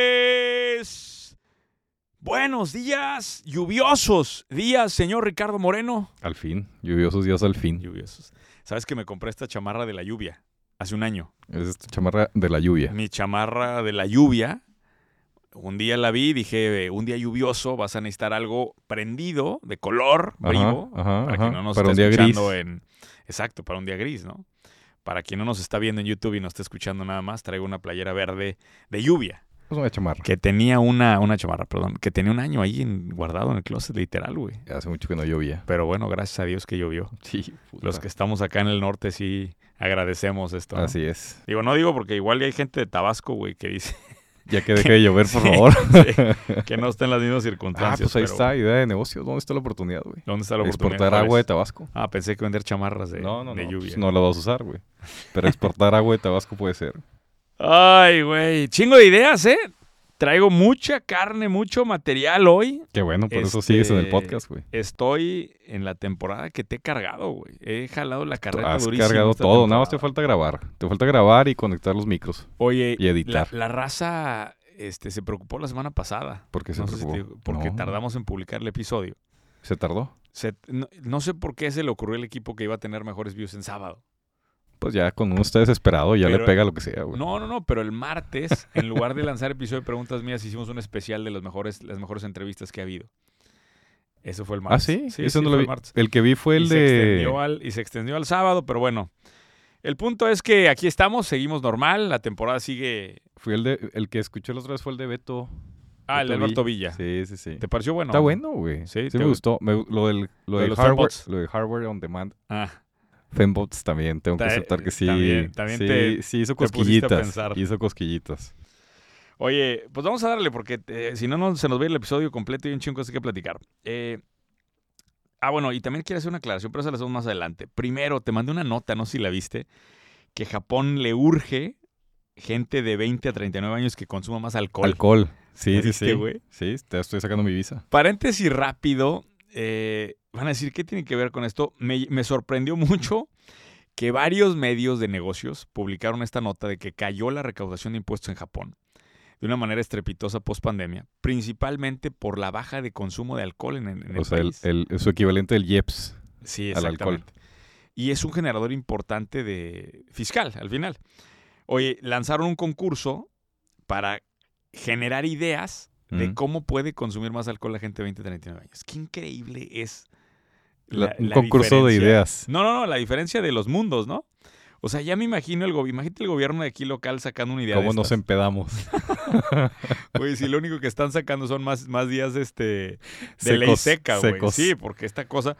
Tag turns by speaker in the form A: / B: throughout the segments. A: emprendedores. Buenos días, lluviosos días, señor Ricardo Moreno.
B: Al fin, lluviosos días al fin.
A: Lluviosos. Sabes que me compré esta chamarra de la lluvia hace un año.
B: Es esta chamarra de la lluvia.
A: Mi chamarra de la lluvia. Un día la vi y dije, eh, un día lluvioso vas a necesitar algo prendido, de color,
B: Ajá,
A: vivo, para
B: ajá, ajá.
A: quien no nos
B: Para un
A: esté
B: día gris.
A: escuchando eh. en... Exacto, para un día gris, ¿no? Para quien no nos está viendo en YouTube y no está escuchando nada más, traigo una playera verde de lluvia.
B: Es Pues una chamarra.
A: Que tenía una, una chamarra, perdón, que tenía un año ahí en- guardado en el closet, literal, güey.
B: Hace mucho que no llovía.
A: Pero bueno, gracias a Dios que llovió.
B: Sí, puta.
A: Los que estamos acá en el norte sí agradecemos esto. ¿no?
B: Así es.
A: Digo, no digo porque igual hay gente de Tabasco, güey, que dice
B: Ya que deje de llover, por
A: Sí.
B: favor.
A: que no está en las mismas
B: Ah,
A: circunstancias.
B: pues ahí
A: pero,
B: está, idea de negocio. ¿Dónde está la oportunidad, güey?
A: ¿Dónde está la oportunidad?
B: Exportar
A: ¿Cuál
B: agua de
A: es?
B: Tabasco.
A: Ah, pensé que vender chamarras de,
B: no, no,
A: de
B: no.
A: lluvia.
B: pues no la vas a usar, güey. Pero exportar agua de Tabasco puede ser.
A: Ay, güey, chingo de ideas, ¿eh? Traigo mucha carne, mucho material hoy.
B: Qué bueno, por eso sigues en el
A: Este,
B: podcast, güey.
A: Estoy en la temporada que te he cargado, güey. He jalado la carreta
B: Has
A: durísimo
B: cargado
A: esta
B: todo. Nada más te
A: temporada.
B: falta grabar. Te falta grabar y conectar los micros.
A: Oye,
B: y editar.
A: La, la raza este, se preocupó la semana pasada.
B: Porque se
A: No sé si te
B: preocupó.
A: digo, porque
B: No.
A: tardamos en publicar el episodio.
B: ¿Se tardó?
A: Se- no, no sé por qué se le ocurrió al equipo que iba a tener mejores views en sábado.
B: Pues ya, cuando uno está desesperado, ya
A: Pero-
B: le pega lo que sea, güey.
A: No, no, no, pero el martes, en lugar de lanzar episodio de preguntas mías, hicimos un especial de los mejores, las mejores entrevistas que ha habido. Eso fue el
B: Ah,
A: martes.
B: sí,
A: sí,
B: Ese
A: sí,
B: no lo
A: fue
B: vi.
A: el martes.
B: El que vi fue el
A: y, se
B: de.
A: extendió al, y se extendió al sábado, pero bueno. El punto es que aquí estamos, seguimos normal, la temporada sigue.
B: Fue el de. El que escuché la otra vez fue el de Beto.
A: Ah, el de
B: Beto
A: Alberto
B: Vi.
A: Villa.
B: Sí, sí, sí.
A: ¿Te pareció bueno?
B: Está bueno, güey.
A: Sí,
B: Sí,
A: te
B: me
A: gu-
B: gustó. Me gu- lo del, lo
A: Lo de
B: del
A: los
B: hardware,
A: Fembots.
B: lo del hardware on demand.
A: Ah.
B: Fembots también, tengo que
A: Ta- eh,
B: aceptar que sí.
A: también- también
B: sí,
A: te-
B: sí hizo
A: te pusiste a
B: cosquillitas.
A: pensar.
B: Hizo cosquillitas.
A: Oye, pues vamos a darle porque eh, si no, no se nos ve el episodio completo y hay un chingo así que platicar. Eh, ah, bueno, y también quiero hacer una aclaración, pero eso la hacemos más adelante. Primero, te mandé una nota, no sé si la viste, que Japón le urge gente de 20 a 39 años que consuma más alcohol.
B: Alcohol. Sí,
A: ¿La
B: sí,
A: viste,
B: sí.
A: güey?
B: Sí, te estoy sacando mi visa.
A: Paréntesis rápido, eh, van a decir, ¿qué tiene que ver con esto? Me, me sorprendió mucho que varios medios de negocios publicaron esta nota de que cayó la recaudación de impuestos en Japón de una manera estrepitosa post pandemia, principalmente por la baja de consumo de alcohol en, en el
B: O sea, el,
A: país.
B: el- su equivalente del Yeps.
A: sí,
B: al alcohol.
A: exactamente. Y es un generador importante de fiscal al final. Oye, lanzaron un concurso para generar ideas de
B: Ujú.
A: cómo puede consumir más alcohol la gente de 20-39 años. Qué increíble es
B: La-
A: la-
B: un
A: la
B: concurso
A: diferencia.
B: de ideas.
A: No, no, no, la diferencia de los mundos, ¿no? O sea, ya me imagino el, gobi- imagínate el gobierno de aquí local sacando una idea
B: ¿Cómo
A: de
B: nos
A: estas.
B: empedamos?
A: Oye, si lo único que están sacando son más, más días este, de ley
B: Secos,
A: seca, güey.
B: secos.
A: Sí, porque esta cosa...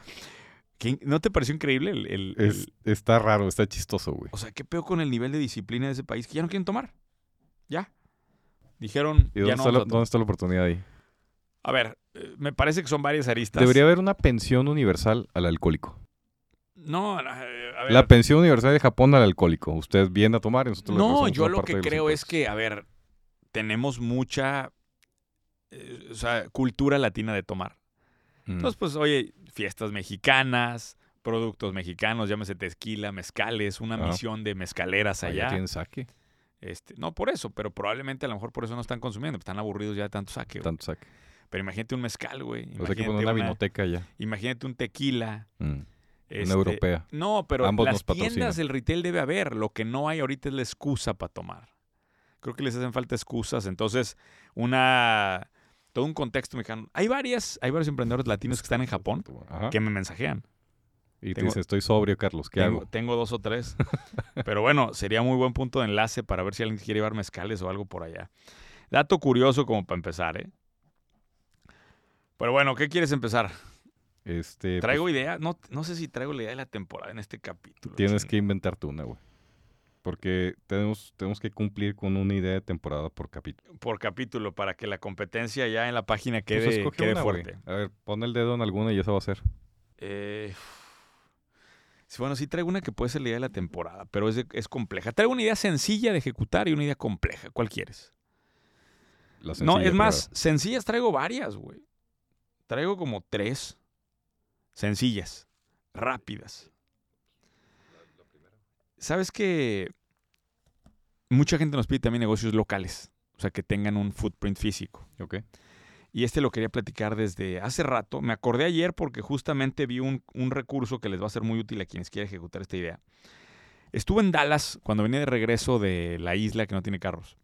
A: ¿Qué- ¿No te pareció increíble el, el- el-
B: Es- está raro, está chistoso, güey.
A: O sea, qué peor con el nivel de disciplina de ese país que ya no quieren tomar. Ya. Dijeron,
B: ¿Y
A: ya
B: dónde,
A: no
B: está la,
A: vamos a
B: dónde
A: tomar.
B: está la oportunidad ahí?
A: A ver, eh, me parece que son varias aristas.
B: Debería haber una pensión universal al alcohólico.
A: No, no, eh, a ver.
B: La pensión universal de Japón al alcohólico. Usted viene a tomar y nosotros le
A: No,
B: regresamos
A: yo
B: una
A: lo
B: parte
A: que
B: de los
A: creo es
B: impuestos.
A: que, a ver, tenemos mucha eh, o sea, cultura latina de tomar.
B: Mm.
A: Entonces, pues, oye, fiestas mexicanas, productos mexicanos, llámese tequila, mezcales, una
B: Ah.
A: misión de mezcaleras
B: Ah, ya
A: pues, allá.
B: tienen saque.
A: Este, no por eso, pero probablemente a lo mejor por eso no están consumiendo, pues, están aburridos ya de tanto saque. güey.
B: Tanto saque.
A: Pero imagínate un mezcal, güey. Imagínate,
B: O sea, que poner una
A: una-
B: vinoteca ya.
A: imagínate un tequila.
B: Mm.
A: este,
B: Una europea.
A: No, pero
B: Ambos
A: las
B: nos patrocinan.
A: tiendas, el retail debe haber. Lo que no hay ahorita es la excusa para tomar. Creo que les hacen falta excusas. Entonces, una todo un contexto mexicano. Hay varias, hay varios emprendedores latinos que están en Japón
B: Ajá.
A: que me mensajean.
B: Y te
A: tengo-
B: dice, estoy sobrio, Carlos. ¿Qué
A: Tengo,
B: hago?
A: tengo dos o tres. Pero bueno, sería muy buen punto de enlace para ver si alguien quiere llevar mezcales o algo por allá. Dato curioso como para empezar, ¿eh? Pero bueno, ¿qué quieres empezar?
B: Este,
A: ¿Traigo
B: pues,
A: idea? No, no sé si traigo la idea de la temporada en este capítulo.
B: tienes
A: ching.
B: que inventarte una, güey. Porque tenemos, tenemos que cumplir con una idea de temporada por capítulo.
A: por capítulo para que la competencia ya en la página
B: Pues
A: quede,
B: escoge
A: quede
B: una, güey.
A: fuerte.
B: A ver, pon el dedo en alguna y esa va a ser.
A: Eh, sí, bueno, sí traigo una que puede ser la idea de la temporada, pero es, de- es compleja. Traigo una idea sencilla de ejecutar y una idea compleja. ¿Cuál quieres?
B: La
A: no,
B: sencilla
A: es más,
B: primero.
A: sencillas traigo varias, güey. Traigo como tres sencillas, rápidas. ¿Sabes que mucha gente nos pide también negocios locales, o sea, que tengan un footprint físico.
B: Ok.
A: Y este lo quería platicar desde hace rato. Me acordé ayer porque justamente vi un, un recurso que les va a ser muy útil a quienes quieran ejecutar esta idea. Estuve en Dallas cuando venía de regreso de la isla que no tiene carros.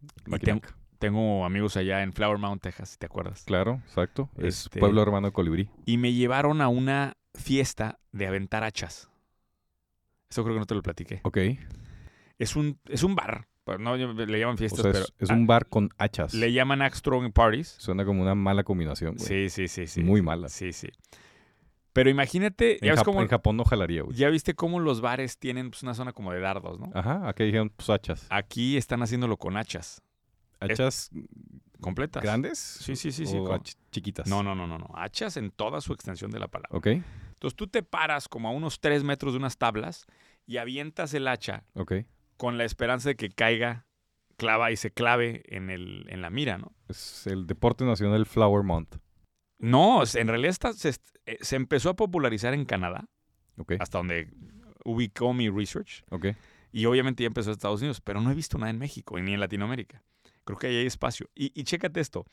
A: Y tengo,
B: Maquinac.
A: tengo amigos allá en Flower Mound, Texas, si te acuerdas.
B: Claro, exacto. Es
A: Este-
B: pueblo hermano de Colibrí.
A: Y me llevaron a una fiesta de aventar hachas. Eso creo que no te lo platiqué.
B: Ok.
A: Es un, es un bar. pero no yo- le llaman
B: O
A: fiestas,
B: sea,
A: pero
B: es, es un bar con hachas.
A: ah, le llaman axe throwing parties.
B: Suena como una mala combinación, güey.
A: Sí, sí, sí, sí.
B: Muy mala.
A: Sí, sí. Pero imagínate, ya,
B: En,
A: ves
B: Jap-
A: cómo-
B: en Japón no jalaría, güey.
A: ya viste cómo los bares tienen pues, una zona como de dardos, ¿no?
B: Ajá, aquí dijeron, pues
A: Ah,
B: hachas.
A: Aquí están haciéndolo con hachas
B: ¿Hachas
A: completas.
B: grandes?
A: Sí, sí, sí, sí,
B: o
A: como-
B: hach- chiquitas.
A: No, no, no, no, no. Hachas en toda su extensión de la palabra.
B: Ok,
A: Entonces tú te paras como a unos tres metros de unas tablas y avientas el hacha
B: ok.
A: con la esperanza de que caiga, clava y se clave en, el, en la mira, ¿no?
B: Es el deporte nacional Flower Month.
A: No, es- en realidad esta- se, est- eh, se empezó a popularizar en Canadá,
B: Ok,
A: hasta donde ubicó mi research,
B: ok.
A: y obviamente ya empezó en Estados Unidos, pero no he visto nada en México y ni en Latinoamérica. Creo que ahí hay espacio. Y, y chécate esto,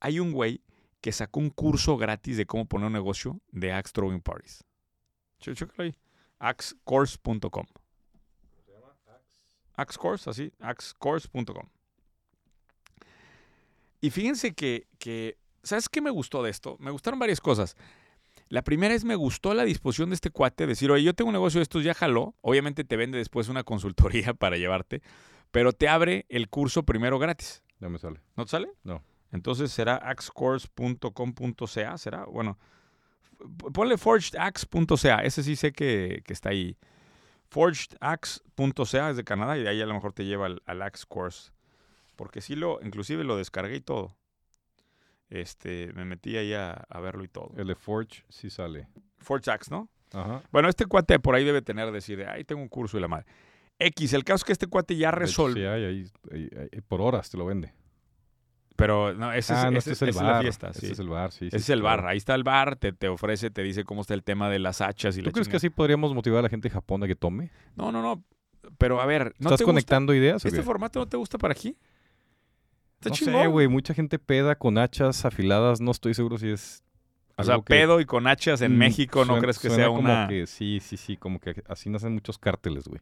A: hay un güey que sacó un curso gratis de cómo poner un negocio de Axe Throwing Parties. Ch- Chécalo ahí, axecourse.com. Axe Course, así, axecourse.com. Y fíjense que, que, ¿sabes qué me gustó de esto? Me gustaron varias cosas. La primera es me gustó la disposición de este cuate, decir, oye, yo tengo un negocio de estos, ya jaló. Obviamente te vende después una consultoría para llevarte, pero te abre el curso primero gratis.
B: Ya me sale.
A: ¿No te sale?
B: No.
A: Entonces será axecourse.com.ca, será, bueno, p- ponle forgedaxe.ca, ese sí sé que, que está ahí. Forgedaxe.ca es de Canadá y de ahí a lo mejor te lleva al, al Axe Course. Porque sí lo, inclusive lo descargué y todo. Este, me metí ahí a, a verlo y todo.
B: El de Forge sí sale.
A: Forge Axe, ¿no?
B: Ajá.
A: Bueno, este cuate por ahí debe tener, decir, ahí tengo un curso y la madre. X, el caso es que este cuate ya
B: De hecho,
A: resolvió.
B: Sí, hay, ahí- ahí- ahí- por horas te lo vende.
A: Pero no, ese es,
B: ah, no,
A: ese-
B: este es el
A: esa es
B: bar.
A: la fiesta.
B: Este
A: sí.
B: es el bar, sí. sí,
A: Ese es el
B: claro.
A: bar, ahí está el bar, te, te ofrece, te dice cómo está el tema de las hachas y
B: ¿Tú
A: la
B: crees que
A: chingada.
B: así podríamos motivar a la gente de Japón a que tome?
A: No, no, no. Pero a ver, ¿no
B: ¿Estás
A: te
B: conectando ideas?
A: gusta?
B: o
A: ¿Este
B: qué?
A: formato no te gusta para aquí? Está
B: no
A: chingón.
B: sé, güey. Mucha gente peda con hachas afiladas. No estoy seguro si es.
A: o sea,
B: algo que-
A: pedo y con hachas en
B: Mm,
A: México, ¿no
B: suena-
A: crees que
B: suena
A: sea
B: como
A: una...?
B: que sí, sí, sí. Como que así nacen muchos cárteles, güey.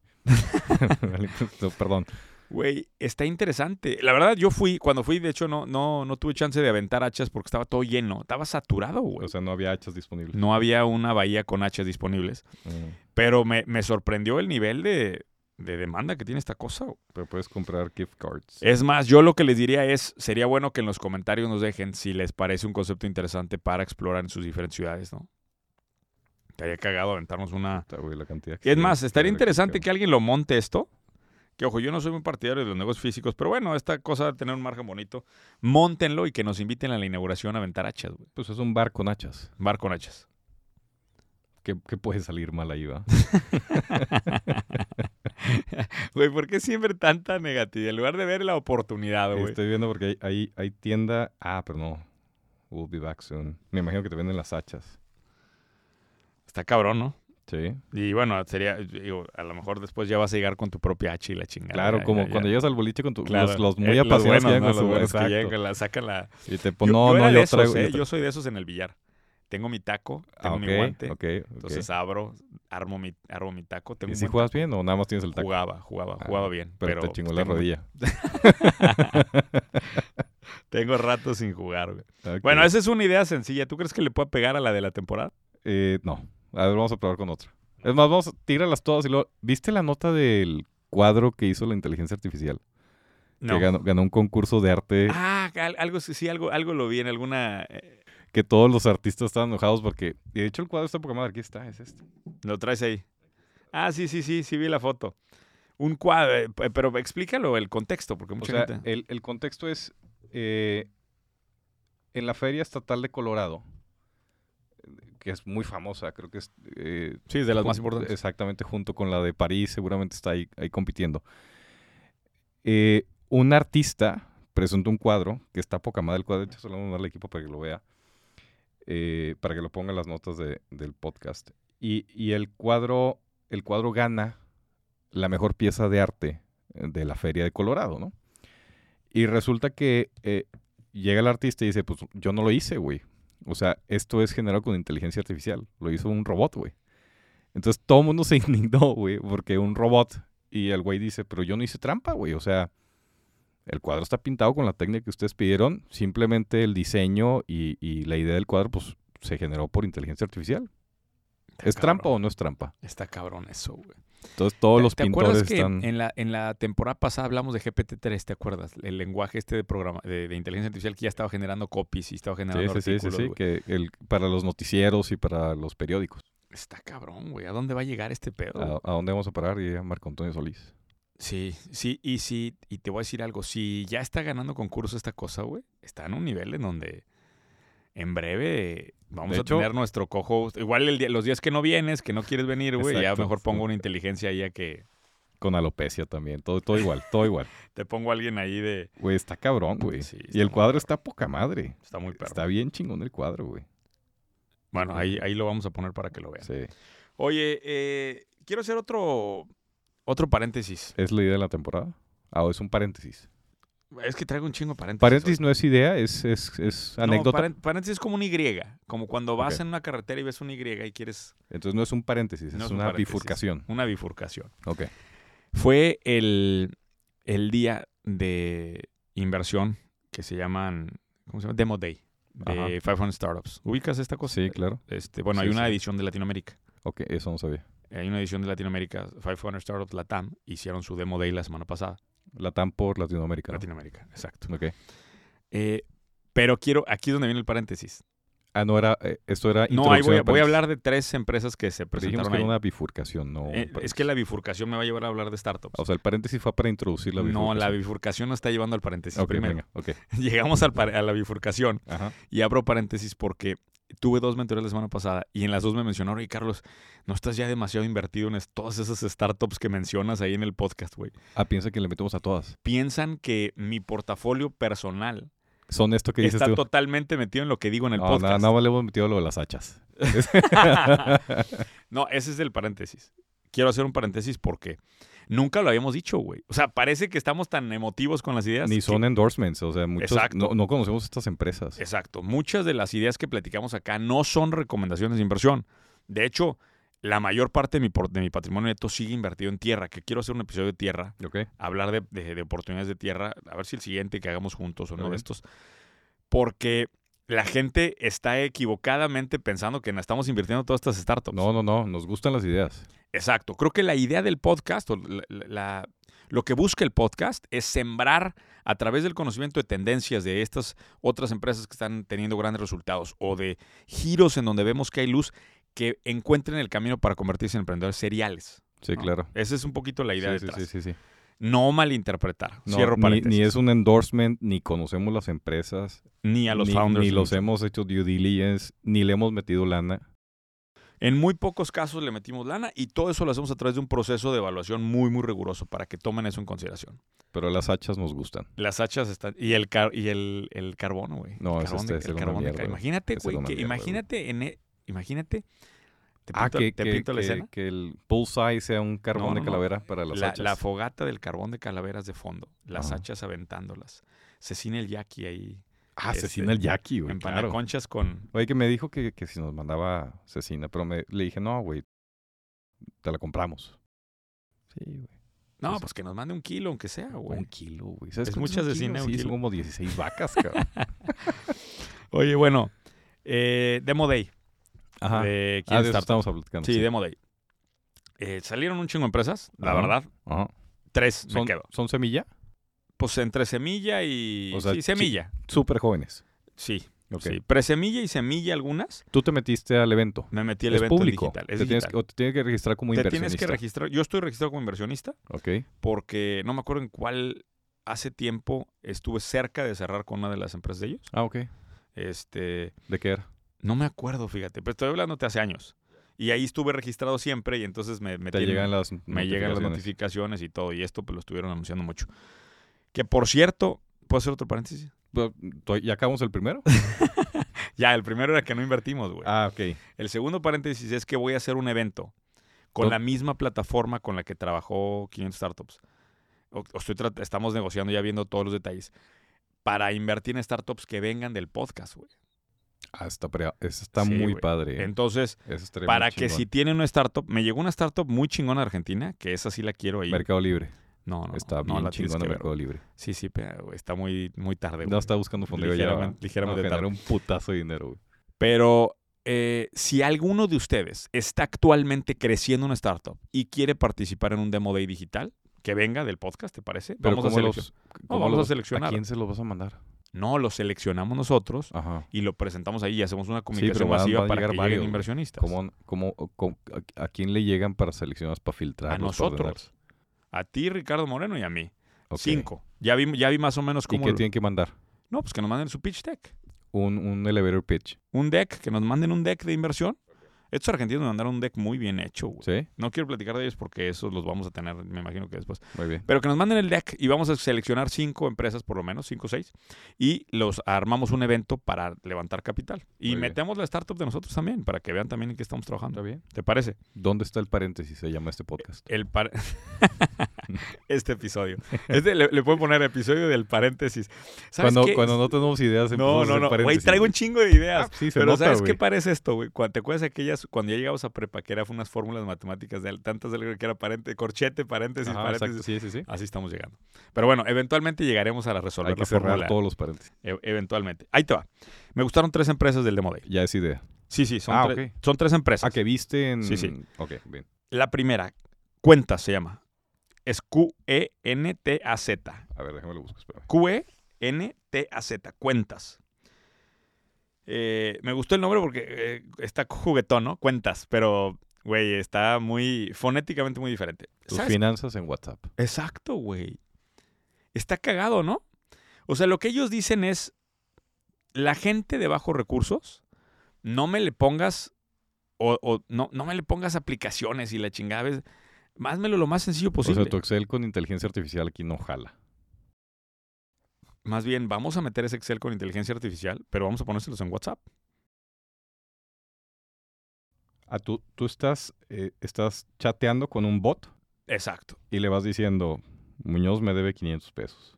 B: Vale, pues, no, Perdón.
A: Güey, está interesante. La verdad, yo fui, cuando fui, de hecho, no, no, no tuve chance de aventar hachas porque estaba todo lleno. Estaba saturado, güey.
B: O sea, no había hachas disponibles.
A: no había una bahía con hachas disponibles.
B: Mm.
A: Pero me, me sorprendió el nivel de, de demanda que tiene esta cosa, güey.
B: Pero puedes comprar gift cards.
A: Es más, yo lo que les diría es, sería bueno que en los comentarios nos dejen si les parece un concepto interesante para explorar en sus diferentes ciudades, ¿no? Estaría cagado aventarnos una...
B: Puta, güey, la cantidad que
A: Es
B: se-
A: más,
B: que
A: estaría
B: se
A: interesante que
B: recicla.
A: alguien lo monte esto. Que ojo, yo no soy muy partidario de los negocios físicos, pero bueno, esta cosa de tener un margen bonito, montenlo y que nos inviten a la inauguración a aventar hachas, güey.
B: Pues es un bar con hachas.
A: Bar con hachas.
B: ¿Qué, qué puede salir mal ahí, va?
A: Güey, ¿por qué siempre tanta negatividad? En lugar de ver la oportunidad, Ah, güey.
B: Estoy viendo porque hay, hay, hay tienda. Ah, pero no. We'll be back soon. Me imagino que te venden las hachas.
A: Está cabrón, ¿no?
B: Sí.
A: Y bueno, sería, digo, a lo mejor después ya vas a llegar con tu propia hacha y la chingada.
B: Claro,
A: ya,
B: como
A: ya, ya.
B: cuando llegas al boliche con tu,
A: Claro.
B: los, los
A: Eh,
B: muy apasionados que
A: buenos,
B: llegan
A: ¿no?
B: con
A: Los
B: su
A: buenos que
B: exacto.
A: llegan con la, sacan la...
B: Y te pon-
A: Yo-
B: no,
A: yo, era
B: no,
A: de
B: yo
A: esos,
B: traigo.
A: ¿eh?
B: yo
A: Yo soy de esos en el billar. Tengo mi taco,
B: Ah,
A: tengo
B: ok,
A: mi guante.
B: ok, ok.
A: Entonces abro, armo mi, armo mi taco. Tengo
B: ¿Y
A: un
B: si
A: buen
B: juegas bien o nada más tienes el
A: taco.
B: taco?
A: Jugaba, jugaba,
B: Ah,
A: jugaba bien.
B: pero,
A: Pero, pues
B: te chingó la
A: tengo-
B: rodilla.
A: Tengo rato sin jugar, güey.
B: Ok.
A: Bueno, esa es una idea sencilla. ¿Tú crees que le pueda pegar a la de la temporada?
B: Eh, no. A ver, vamos a probar con otra. Es más, vamos a tirarlas todas y luego. ¿Viste la nota del cuadro que hizo la inteligencia artificial?
A: No.
B: Que ganó, ganó un concurso de arte
A: Ah, al- algo sí, sí, algo, algo lo vi en alguna. eh,
B: que todos los artistas estaban enojados porque. y de hecho, el cuadro está poca madre. Aquí está, es este.
A: lo traes ahí. Ah, sí, sí, sí, sí vi la foto. Un cuadro, eh, p- pero explícalo el contexto, porque
B: O
A: mucha
B: sea, eh,
A: gente.
B: el, el contexto es eh, en la Feria Estatal de Colorado, que es muy famosa, creo que es... eh,
A: sí, es de las
B: jun-
A: más importantes.
B: Exactamente, junto con la de París, seguramente está ahí, ahí compitiendo. Eh, un artista presentó un cuadro, que está poca madre el cuadro, de hecho se lo vamos a dar al equipo para que lo vea, eh, para que lo ponga en las notas de- del podcast. Y, y el, cuadro, el cuadro gana la mejor pieza de arte eh, de la feria de Colorado, ¿no? Y resulta que eh, llega el artista y dice, pues yo no lo hice, güey. O sea, esto es generado con inteligencia artificial. Lo hizo un robot, güey. Entonces todo el mundo se indignó, güey, porque un robot y el güey dice, pero yo no hice trampa, güey. O sea, el cuadro está pintado con la técnica que ustedes pidieron. Simplemente el diseño y, y la idea del cuadro, pues, se generó por inteligencia artificial.
A: Está
B: ¿Es
A: cabrón.
B: trampa o no es trampa?
A: Está cabrón eso, güey.
B: Entonces todos
A: ¿Te-
B: los
A: ¿Te acuerdas
B: pintores
A: que
B: están...
A: en, la, en la temporada pasada hablamos de GPT-3, ¿te acuerdas? El lenguaje este de, programa, de, de inteligencia artificial que ya estaba generando copies y estaba
B: Sí,
A: generando
B: sí, sí, sí,
A: artículos,
B: sí,
A: güey.
B: que el- para los noticieros y para los periódicos.
A: Está cabrón, güey. ¿A dónde va a llegar este pedo?
B: ¿A, a dónde vamos a parar? Y a Marco Antonio Solís.
A: Sí, sí, y sí, y te voy a decir algo, si ya está ganando concurso esta cosa, güey, está en un nivel en donde en breve vamos
B: De
A: a
B: hecho-
A: tener nuestro cojo, igual el día- los días que no vienes, que no quieres venir, güey, ya
B: Exacto,
A: mejor
B: sí.
A: pongo una inteligencia ahí a que
B: Con alopecia también, todo, todo igual, todo igual.
A: te pongo a alguien ahí de...
B: Güey, está cabrón, güey.
A: Sí, está
B: y el
A: muy
B: cuadro
A: cabrón.
B: está poca madre.
A: Está muy perro.
B: Está bien chingón el cuadro, güey.
A: Bueno, ahí, ahí lo vamos a poner para que lo vean.
B: Sí.
A: Oye, eh, quiero hacer otro, otro paréntesis.
B: ¿Es la idea de la temporada? Ah, o es un paréntesis.
A: Es que traigo un chingo de paréntesis.
B: Paréntesis no es idea, es, es, es
A: No,
B: anécdota.
A: parén- paréntesis es como una Y, como cuando vas
B: Ok.
A: en una carretera y ves una Y y quieres
B: Entonces no es un paréntesis,
A: No
B: es
A: es un
B: una
A: paréntesis.
B: bifurcación.
A: una bifurcación.
B: Ok.
A: fue el, el día de inversión que se llaman, ¿cómo se llama? Demo Day
B: Ajá.
A: de 500 Startups. ¿Ubicas esta cosa?
B: Sí, claro.
A: Este, bueno, hay
B: Sí,
A: una
B: sí.
A: edición de Latinoamérica.
B: Ok, eso no sabía.
A: Hay una edición de Latinoamérica, 500 Startups Latam, hicieron su Demo Day la semana pasada.
B: Latam por Latinoamérica. ¿no?
A: Latinoamérica, exacto.
B: Ok.
A: Eh, pero quiero, aquí es donde viene el paréntesis.
B: Ah, no era, eh, esto era
A: No, ahí
B: introducción
A: voy, a- voy
B: al
A: a
B: paréntesis.
A: hablar de tres empresas que se
B: Pero dijimos
A: presentaron
B: que era
A: ahí.
B: una bifurcación, no. un
A: Eh, es
B: paréntesis.
A: que la bifurcación me va a llevar a hablar de startups.
B: O sea, el paréntesis fue para introducir la
A: no,
B: bifurcación.
A: la bifurcación no está llevando al paréntesis
B: Ok,
A: primero.
B: venga, ok.
A: Llegamos al par- a la bifurcación.
B: Ajá.
A: Y abro paréntesis porque tuve dos mentorías la semana pasada y en las dos me mencionaron, oye, Carlos, ¿no estás ya demasiado invertido en es- todas esas startups que mencionas ahí en el podcast, güey?
B: Ah, piensa que le metemos a todas.
A: Piensan que mi portafolio personal
B: Son esto que dices
A: está
B: tú.
A: totalmente metido en lo que digo en el
B: no, nada,
A: podcast.
B: nada más le hemos metido lo de las hachas.
A: no, ese es el paréntesis. Quiero hacer un paréntesis porque nunca lo habíamos dicho, güey. O sea, parece que estamos tan emotivos con las ideas.
B: Ni
A: que-
B: son endorsements, o sea, muchos
A: Exacto.
B: no, no conocemos estas empresas.
A: Exacto. Muchas de las ideas que platicamos acá no son recomendaciones de inversión. De hecho, la mayor parte de mi, por- de mi patrimonio neto sigue invertido en tierra, que quiero hacer un episodio de tierra,
B: Ok.
A: hablar de, de- de oportunidades de tierra, a ver si el siguiente que hagamos juntos o uno
B: Muy
A: de
B: bien.
A: estos. Porque la gente está equivocadamente pensando que estamos invirtiendo en todas estas startups.
B: No, no, no, nos gustan las ideas.
A: Exacto. Creo que la idea del podcast, o la- la- la- lo que busca el podcast, es sembrar a través del conocimiento de tendencias de estas otras empresas que están teniendo grandes resultados o de giros en donde vemos que hay luz, que encuentren el camino para convertirse en emprendedores seriales.
B: Sí,
A: ¿no?
B: claro.
A: Esa es un poquito la idea
B: sí, sí,
A: detrás.
B: sí, sí, sí.
A: No malinterpretar.
B: No,
A: Cierro
B: ni,
A: paréntesis.
B: ni
A: Ni,
B: es un endorsement, ni conocemos las empresas,
A: a los
B: ni,
A: founders.
B: ni los hemos hecho due diligence, ni le hemos metido lana.
A: En muy pocos casos le metimos lana y todo eso lo hacemos a través de un proceso de evaluación muy, muy riguroso para que tomen eso en consideración.
B: Pero las hachas nos gustan.
A: Las hachas están. Y el, car- y el, el carbono, güey.
B: No,
A: el
B: eso
A: carbón de-
B: está- es
A: el
B: una
A: carbón de
B: mierda,
A: ca-
B: güey.
A: Imagínate,
B: Esa es
A: güey,
B: una
A: que-
B: mierda, güey.
A: imagínate en. e- Imagínate. Te
B: Ah,
A: pinto,
B: que,
A: te
B: que-
A: pinto la
B: que-
A: escena.
B: que el bullseye sea un carbón
A: No, no,
B: de
A: no.
B: calavera para las
A: La,
B: hachas.
A: la fogata del carbón de calaveras de fondo. Las
B: Ajá.
A: hachas aventándolas. Cecina el yaqui ahí.
B: ah,
A: este,
B: asesina el yaqui, güey. Claro.
A: Empanaconchas con.
B: Oye, que me dijo que, que si nos mandaba asesina, pero me, le dije, no, güey, te la compramos. Sí, güey.
A: No,
B: Pues-
A: pues que nos mande un kilo, aunque sea,
B: Oh, Un
A: güey.
B: kilo, güey. ¿Sabes
A: Es
B: cuánto
A: mucha
B: un kilo?
A: cecina, un
B: Sí,
A: kilo.
B: son como 16 vacas, cabrón.
A: Oye, bueno. eh, Demo Day. De
B: Ajá. ah, de eso
A: Kickstarter.
B: estamos platicando.
A: Sí, Demo Day. Eh, salieron un chingo de empresas, la
B: Ajá.
A: verdad.
B: Ajá.
A: Tres, me
B: ¿Son,
A: quedo.
B: son semilla?
A: Pues entre semilla y.
B: O sea,
A: sí, semilla.
B: Súper jóvenes.
A: Sí,
B: Ok.
A: sí. Presemilla y semilla algunas.
B: Tú te metiste al evento.
A: Me metí el
B: es
A: evento
B: público.
A: digital. Es
B: te tienes,
A: digital.
B: o te tienes que registrar como
A: Te tienes que
B: inversionista.
A: registrar. Yo estoy registrado como inversionista
B: Ok.
A: porque no me acuerdo en cuál hace tiempo estuve cerca de cerrar con una de las empresas de ellos.
B: Ah, ok.
A: Este,
B: ¿De qué era?
A: no me acuerdo, fíjate, pero estoy hablándote hace años. Y ahí estuve registrado siempre y entonces me metí
B: Te
A: en-
B: llegan las
A: me llegan las notificaciones y todo y esto pues lo estuvieron anunciando mucho. Que por cierto, ¿puedo hacer otro paréntesis?
B: Pero, ¿Ya acabamos el primero?
A: Ya, el primero era que no invertimos, güey.
B: ah, ok.
A: El segundo paréntesis es que voy a hacer un evento con
B: Tot-
A: la misma plataforma con la que trabajó 500 Startups. o- o estoy trat- estamos negociando ya viendo todos los detalles, para invertir en startups que vengan del podcast, güey.
B: Ah, está, pre- eso está
A: Sí,
B: muy
A: güey.
B: padre. ¿eh?
A: Entonces,
B: Eso estaría muy
A: para que
B: chingón.
A: si tienen una startup, me llegó una startup muy chingona de Argentina, que esa sí la quiero ahí.
B: Mercado Libre.
A: no, no,
B: Está
A: no, no
B: bien
A: la tienes
B: chingón
A: que
B: el
A: ver.
B: Mercado Libre.
A: Sí, sí, pero, güey, está muy, muy tarde, güey.
B: No está buscando fondeo ya. ¿verdad?
A: ligeramente, ligeramente
B: No,
A: tarde.
B: generó un putazo de dinero, güey.
A: Pero eh, si alguno de ustedes está actualmente creciendo una startup y quiere participar en un demo day digital, que venga del podcast, ¿te parece?
B: Pero
A: vamos a
B: ¿cómo
A: seleccionar.
B: los, cómo
A: vamos a
B: los-
A: seleccionar.
B: ¿A quién se los vas a mandar?
A: No, lo seleccionamos nosotros
B: Ajá.
A: y lo presentamos ahí y hacemos una comunicación
B: van-
A: masiva
B: van a
A: para que
B: llegar
A: lleguen
B: varios, güey.
A: inversionistas.
B: ¿Cómo, cómo, cómo- a, a quién le llegan para seleccionar, para filtrar?
A: a nosotros. A ti, Ricardo Moreno, y a mí. Cinco. Ya vi, ya vi más o menos
B: ¿Y
A: cómo...
B: qué
A: lo-
B: tienen que mandar?
A: No, pues que nos manden su pitch deck.
B: Un, un elevator pitch.
A: Un deck, que nos manden un deck de inversión. Estos argentinos nos mandaron un deck muy bien hecho, güey.
B: ¿Sí?
A: No quiero platicar de ellos porque esos los vamos a tener, me imagino que después.
B: Muy bien.
A: Pero que nos manden el deck y vamos a seleccionar cinco empresas, por lo menos, cinco o seis, y los armamos un evento para levantar capital. Y
B: Muy bien.
A: metemos la startup de nosotros también, para que vean también en qué estamos
B: ¿Está
A: trabajando.
B: bien?
A: ¿Te parece?
B: ¿Dónde está el paréntesis? Se llama este podcast.
A: El par- este episodio. Este le, le pueden poner episodio del paréntesis. ¿Sabes
B: Cuando,
A: qué?
B: cuando no tenemos ideas,
A: no,
B: empezamos a
A: no,
B: hacer
A: no. Güey,
B: paréntesis,
A: traigo un
B: güey.
A: chingo de ideas.
B: Ah, sí, se
A: Pero
B: nota,
A: ¿sabes qué
B: güey.
A: parece esto, güey? Cu- ¿Te acuerdas de aquellas, cuando ya llegabas a prepa, que eran unas fórmulas matemáticas de tantas de que era paréntesis, corchete, paréntesis,
B: Ajá,
A: paréntesis?
B: exacto, sí, sí, sí.
A: Así estamos llegando. Pero bueno, eventualmente llegaremos a la resolver
B: Hay que
A: la
B: cerrar
A: fórmula.
B: todos los paréntesis.
A: E- eventualmente. Ahí te va. Me gustaron tres empresas del Demo Day.
B: Ya es idea.
A: Sí, sí, son,
B: Ah,
A: tres,
B: ok.
A: son tres empresas.
B: Ah, que viste en...
A: Sí, sí.
B: Ok, bien.
A: La primera, Cuentas se llama. Es E Q-E-N-T-A-Z.
B: A ver, déjame lo busco, espérame.
A: E Q-E-N-T-A-Z. Cuentas. Eh, me gustó el nombre porque eh, está juguetón, ¿no? Cuentas, pero, güey, está muy fonéticamente muy diferente.
B: Tus
A: ¿Sabes
B: finanzas en WhatsApp.
A: Exacto, güey. Está cagado, ¿no? O sea, lo que ellos dicen es, la gente de bajos recursos, no me le pongas, o, o no, no me le pongas aplicaciones y la chingada, ¿ves? Mázmelo lo más sencillo posible.
B: O sea, tu Excel con inteligencia artificial aquí no jala.
A: Más bien, vamos a meter ese Excel con inteligencia artificial, pero vamos a ponérselos en WhatsApp.
B: Ah, tú, tú estás, eh, estás chateando con un bot
A: Exacto.
B: y le vas diciendo, Muñoz me debe 500 pesos.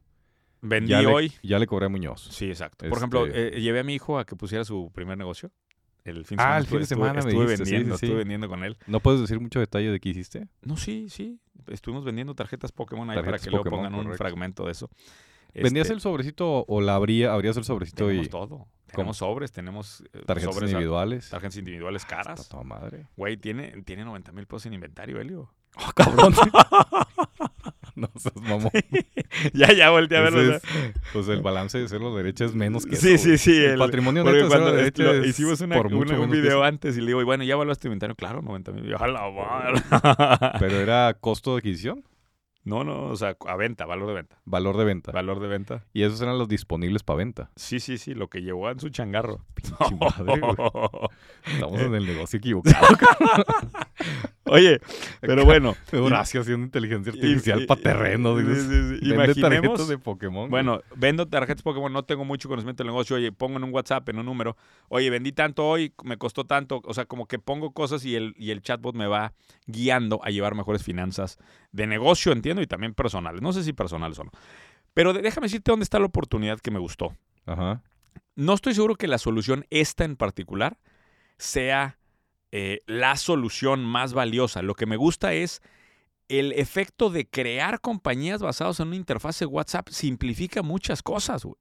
A: Vendí
B: ya le-
A: hoy.
B: ya le cobré a Muñoz.
A: Sí, exacto. Por ejemplo,
B: Este-
A: eh, llevé a mi hijo a que pusiera su primer negocio. El fin de
B: Ah,
A: semana
B: el fin de
A: estuve-
B: semana me
A: estuve
B: dijiste, sí,
A: vendiendo,
B: sí, sí.
A: estuve vendiendo con él.
B: No puedes decir mucho detalle de qué hiciste.
A: No, sí, sí. Estuvimos vendiendo tarjetas Pokémon ahí para
B: Tarjetas
A: que luego
B: Pokémon,
A: pongan un
B: correcto.
A: fragmento de eso.
B: ¿Vendías
A: Este,
B: el sobrecito o la abría, abrías el sobrecito
A: Tenemos
B: y
A: todo. Tenemos sobres, tenemos eh,
B: tarjetas
A: sobres,
B: individuales? Ah,
A: tarjetas individuales
B: Está
A: caras.
B: toda madre.
A: Güey, tiene, tiene 90 mil pesos en inventario, Elio.
B: ¡Ah, cabrón! no seas mamón.
A: ya, ya volteé a verlo.
B: Ese
A: ¿no?
B: es- pues el balance de cero derecha es menos que
A: Sí,
B: eso,
A: sí,
B: güey.
A: sí.
B: El,
A: el-
B: patrimonio
A: porque
B: neto de cero
A: cuando
B: derecha
A: lo-
B: es
A: hicimos una-
B: por
A: una-
B: mucho
A: un
B: menos que eso.
A: video antes y le digo, y bueno, ya evaluaste tu inventario. Claro, 90 mil. Yo, a la madre.
B: Pero era costo de adquisición,
A: No, no, o sea, a venta, valor de venta.
B: valor de venta.
A: Valor de venta.
B: Y esos eran los disponibles para venta.
A: Sí, sí, sí, lo que llevó en su changarro.
B: Pinche madre, güey. Estamos en el negocio equivocado.
A: Oye, pero bueno.
B: Horacio haciendo inteligencia
A: Y-
B: artificial
A: y-
B: para terreno.
A: sí,
B: digo,
A: sí, sí.
B: vende tarjetas
A: Imaginemos.
B: de Pokémon. güey.
A: Bueno, vendo tarjetas Pokémon, no tengo mucho conocimiento del negocio. Oye, pongo en un WhatsApp, en un número. Oye, vendí tanto hoy, me costó tanto. O sea, como que pongo cosas y el, y el chatbot me va guiando a llevar mejores finanzas de negocio, entiendo, y también personales. No sé si personales o no. Pero de- déjame decirte dónde está la oportunidad que me gustó.
B: Ajá.
A: No estoy seguro que la solución, esta en particular, sea eh, la solución más valiosa. Lo que me gusta es el efecto de crear compañías basadas en una interfase WhatsApp simplifica muchas cosas, güey.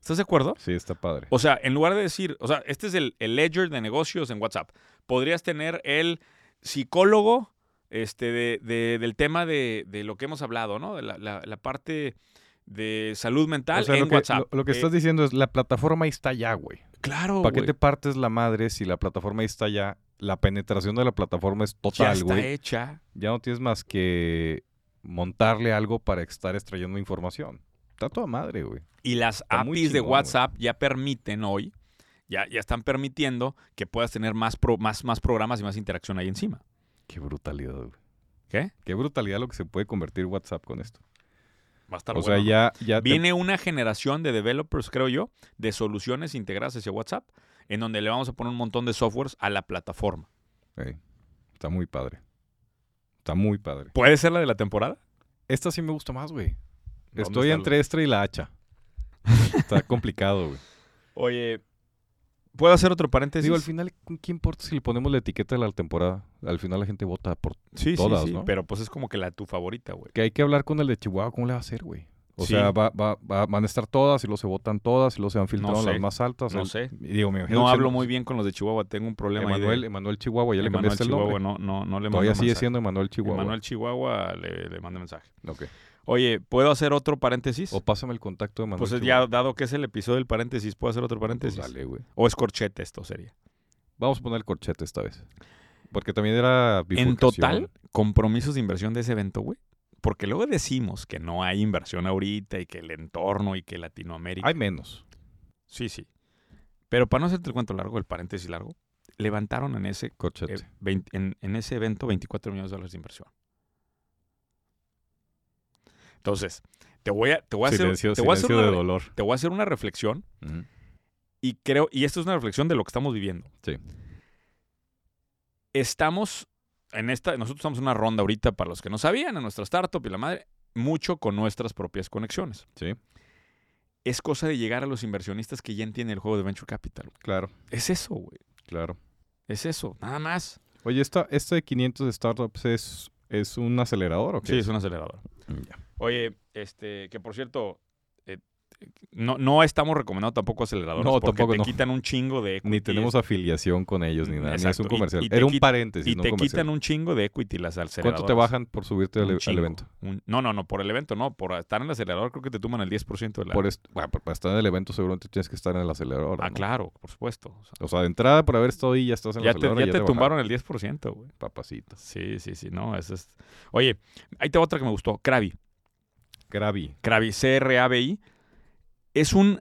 A: ¿Estás de acuerdo?
B: Sí, está padre.
A: O sea, en lugar de decir, o sea, este es el, el ledger de negocios en WhatsApp. Podrías tener el psicólogo este, de- de- del tema de, de lo que hemos hablado, ¿no? De la, la- la parte de salud mental
B: O sea,
A: en
B: lo, que,
A: WhatsApp.
B: lo- lo que
A: Eh,
B: estás diciendo es la plataforma ahí está ya, güey.
A: Claro,
B: ¿Para qué
A: güey.
B: te partes la madre si la plataforma ahí está ya? La penetración de la plataforma es
A: ya
B: total,
A: está eh.
B: güey.
A: hecha.
B: Ya no tienes más que montarle algo para estar extrayendo información. Está toda madre, güey.
A: Y las
B: muy
A: APIs de
B: chingón, güey.
A: WhatsApp ya permiten hoy, ya, ya están permitiendo que puedas tener más, pro- más, más programas y más interacción ahí encima.
B: Qué brutalidad, güey.
A: ¿Qué?
B: Qué brutalidad lo que se puede convertir WhatsApp con esto.
A: Va a estar
B: o sea,
A: bueno.
B: ya, ya te-
A: Viene una generación de developers, creo yo, de soluciones integradas hacia WhatsApp, en donde le vamos a poner un montón de softwares a la plataforma.
B: Ey, está muy padre. Está muy padre.
A: ¿Puede ser la de la temporada?
B: Esta sí me gusta más, güey.
A: ¿Dónde
B: Estoy
A: está el-
B: entre esta y la hacha. Está complicado, güey.
A: Oye, ¿puedo hacer otro paréntesis?
B: Digo, al final, ¿qué importa si le ponemos la etiqueta de la temporada? Al final la gente vota por...
A: sí,
B: todas,
A: sí, sí,
B: ¿no?
A: pero pues es como que la tu favorita, güey.
B: Que hay que hablar con el de Chihuahua, ¿cómo le va a hacer, güey? O
A: Sí.
B: sea, va, va- va- van a estar todas y luego se votan todas y luego se van filtrando
A: sé,
B: las más altas.
A: no
B: el-
A: sé.
B: y digo, me imagino
A: No
B: que
A: hablo
B: siendo-
A: muy bien con los de Chihuahua, tengo un problema ahí de-
B: Emanuel, Emanuel Chihuahua, ya le
A: Emanuel
B: cambiaste el
A: Chihuahua,
B: nombre.
A: no, no, no le
B: Todavía
A: mando
B: sigue
A: mensaje.
B: siendo Emanuel Chihuahua.
A: Emanuel Chihuahua le, le mandé mensaje.
B: Ok.
A: Oye, ¿puedo hacer otro paréntesis?
B: O pásame el contacto de Emanuel
A: pues ya,
B: Chihuahua.
A: dado que es el episodio del paréntesis, ¿puedo hacer otro
B: Pues
A: paréntesis?
B: dale, güey.
A: O es corchete esto sería.
B: Vamos a poner el corchete esta vez. Porque también era
A: En
B: bifurcación.
A: total, compromisos de inversión de ese evento, güey. Porque luego decimos que no hay inversión ahorita y que el entorno y que Latinoamérica.
B: Hay menos.
A: Sí, sí. Pero para no hacerte el cuento largo, el paréntesis largo, levantaron en ese,
B: Corchete.
A: eh, 20 en, en ese evento 24 millones de dólares de inversión. Entonces, te voy a, te voy a hacer,
B: silencio
A: te voy a hacer
B: silencio
A: una
B: de
A: re-
B: dolor.
A: te voy a hacer una reflexión y creo, y esto es una reflexión de lo que estamos viviendo.
B: Sí.
A: Estamos en esta, nosotros estamos en una ronda ahorita para los que no sabían, en nuestra startup y la madre, mucho con nuestras propias conexiones.
B: Sí,
A: Es cosa de llegar a los inversionistas que ya entienden el juego de Venture Capital.
B: claro,
A: Es eso, güey.
B: claro.
A: Es eso, nada más.
B: Oye, esta, esta de 500 startups es, es un acelerador o qué?
A: Sí, es un acelerador.
B: Mm,
A: Oye, este, que por cierto, eh, no, no estamos recomendando tampoco aceleradores
B: No,
A: porque
B: tampoco,
A: te
B: no.
A: quitan un chingo de equity. eh.
B: Ni tenemos afiliación con ellos ni nada. Ni es
A: Exacto,
B: un
A: y-
B: comercial.
A: y te
B: Era un
A: quit-
B: paréntesis,
A: y
B: no
A: te
B: comercial.
A: quitan un chingo de equity las aceleradoras.
B: ¿Cuánto te bajan por subirte al,
A: Un
B: al
A: chingo.
B: evento?
A: Un- no, no, no, por el evento no. Por estar en el acelerador creo que te tuman el 10% de la...
B: Por est- bueno, por- para estar en el evento seguramente tienes que estar en el acelerador.
A: ah,
B: ¿no?
A: claro, por supuesto. O sea,
B: O sea, de entrada por haber estado ahí ya estás en el
A: ya te,
B: acelerador.
A: ya
B: y
A: te
B: bajaron.
A: tumbaron el 10%, güey.
B: Papacito.
A: Sí, sí, sí, no, eso es... Oye, ahí te va otra que me gustó. Krabi.
B: Gravi.
A: Krabi, C-R-A-B-I, es un.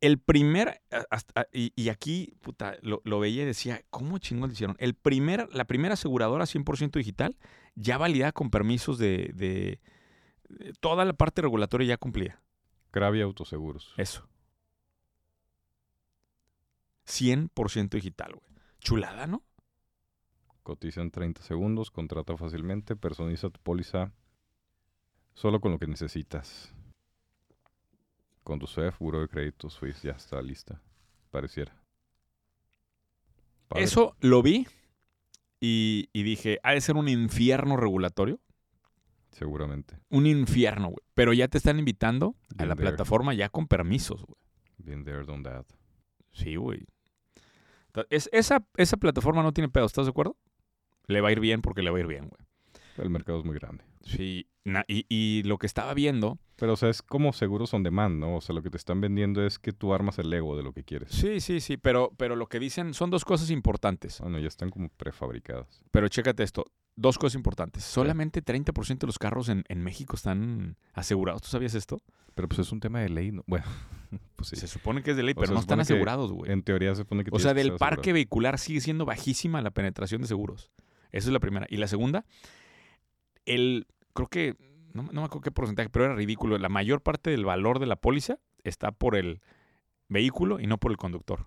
A: El primer. a- hasta- y, y aquí, puta, lo, lo veía y decía, ¿cómo chingón lo hicieron? El primer, la primera aseguradora 100% digital, ya validada con permisos de, de- de- Toda la parte regulatoria ya cumplida.
B: Gravi Autoseguros.
A: Eso. 100% digital, güey. Chulada, ¿no?
B: Cotiza en 30 segundos, contrata fácilmente, personiza tu póliza solo con lo que necesitas. Con tu CEF, buro de crédito, Swiss, ya está lista. Pareciera. Padre.
A: Eso lo vi y, y dije, ha de ser un infierno regulatorio.
B: Seguramente.
A: Un infierno, güey. Pero ya te están invitando a
B: Bien
A: la
B: there.
A: plataforma ya con permisos, güey.
B: Been there, done that.
A: Sí, güey. Ta- es- esa, esa plataforma no tiene pedo, ¿estás de acuerdo? Le va a ir bien porque le va a ir bien, güey.
B: El mercado es muy grande.
A: Sí, na- y, y lo que estaba viendo,
B: Pero, o sea, es como seguros on demand, ¿no? O sea, lo que te están vendiendo es que tú armas el ego de lo que quieres.
A: sí, sí, sí, pero, pero lo que dicen son dos cosas importantes.
B: Bueno, ya están como prefabricadas.
A: Ah. Pero chécate esto, dos cosas importantes. Solamente 30% de los carros en, en México están asegurados, ¿tú sabías esto?
B: Pero pues es un tema de ley, ¿no? Bueno, pues sí.
A: Se supone que es de ley,
B: O
A: pero
B: sea,
A: no
B: se
A: están
B: supone que
A: asegurados, güey.
B: En teoría se supone
A: O
B: que tienes
A: sea,
B: que
A: del
B: estar asegurado.
A: parque vehicular sigue siendo bajísima la penetración de seguros. Esa es la primera. Y la segunda, el, creo que, no, no me acuerdo qué porcentaje, pero era ridículo. La mayor parte del valor de la póliza está por el vehículo y no por el conductor.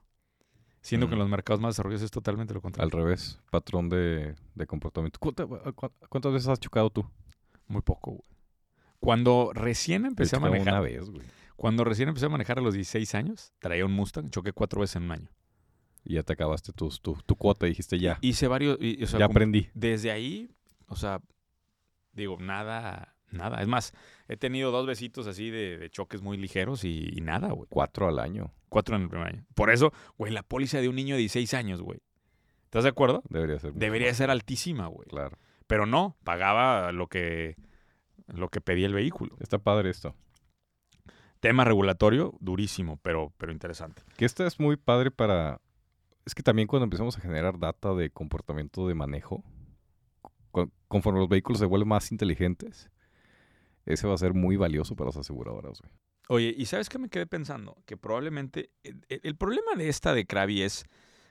A: Siendo que en
B: Mm.
A: los mercados más desarrollados es totalmente lo
B: Al
A: contrario.
B: revés, patrón de, de comportamiento. ¿Cuánta- cu- ¿Cuántas veces has chocado tú?
A: Muy poco, güey. Cuando recién empecé a
B: Yo creo
A: manejar,
B: Una vez, güey.
A: cuando recién empecé a manejar a los 16 años, traía un Mustang, choqué cuatro veces en un año.
B: Y ya te acabaste tus- tu, tu cuota y dijiste ya.
A: Hice varios, y- y, o sea,
B: ya
A: como-
B: aprendí.
A: desde ahí, o sea, digo, nada, nada. Es más, he tenido dos besitos así de, de choques muy ligeros y, y nada, güey.
B: Cuatro al año.
A: Cuatro en el primer año. Por eso, güey, la póliza de un niño de 16 años, güey. ¿Estás de acuerdo?
B: Debería ser. mucho
A: Debería
B: más.
A: ser altísima, güey.
B: Claro.
A: Pero no, pagaba lo que, lo que pedía el vehículo.
B: Está padre esto.
A: Tema regulatorio, durísimo, pero, pero interesante.
B: Que esta es muy padre para... Es que también cuando empezamos a generar data de comportamiento de manejo, con- conforme los vehículos se vuelven más inteligentes, ese va a ser muy valioso para las aseguradoras, güey.
A: Oye, ¿y sabes qué me quedé pensando? Que probablemente el, el- el problema de esta de Krabi es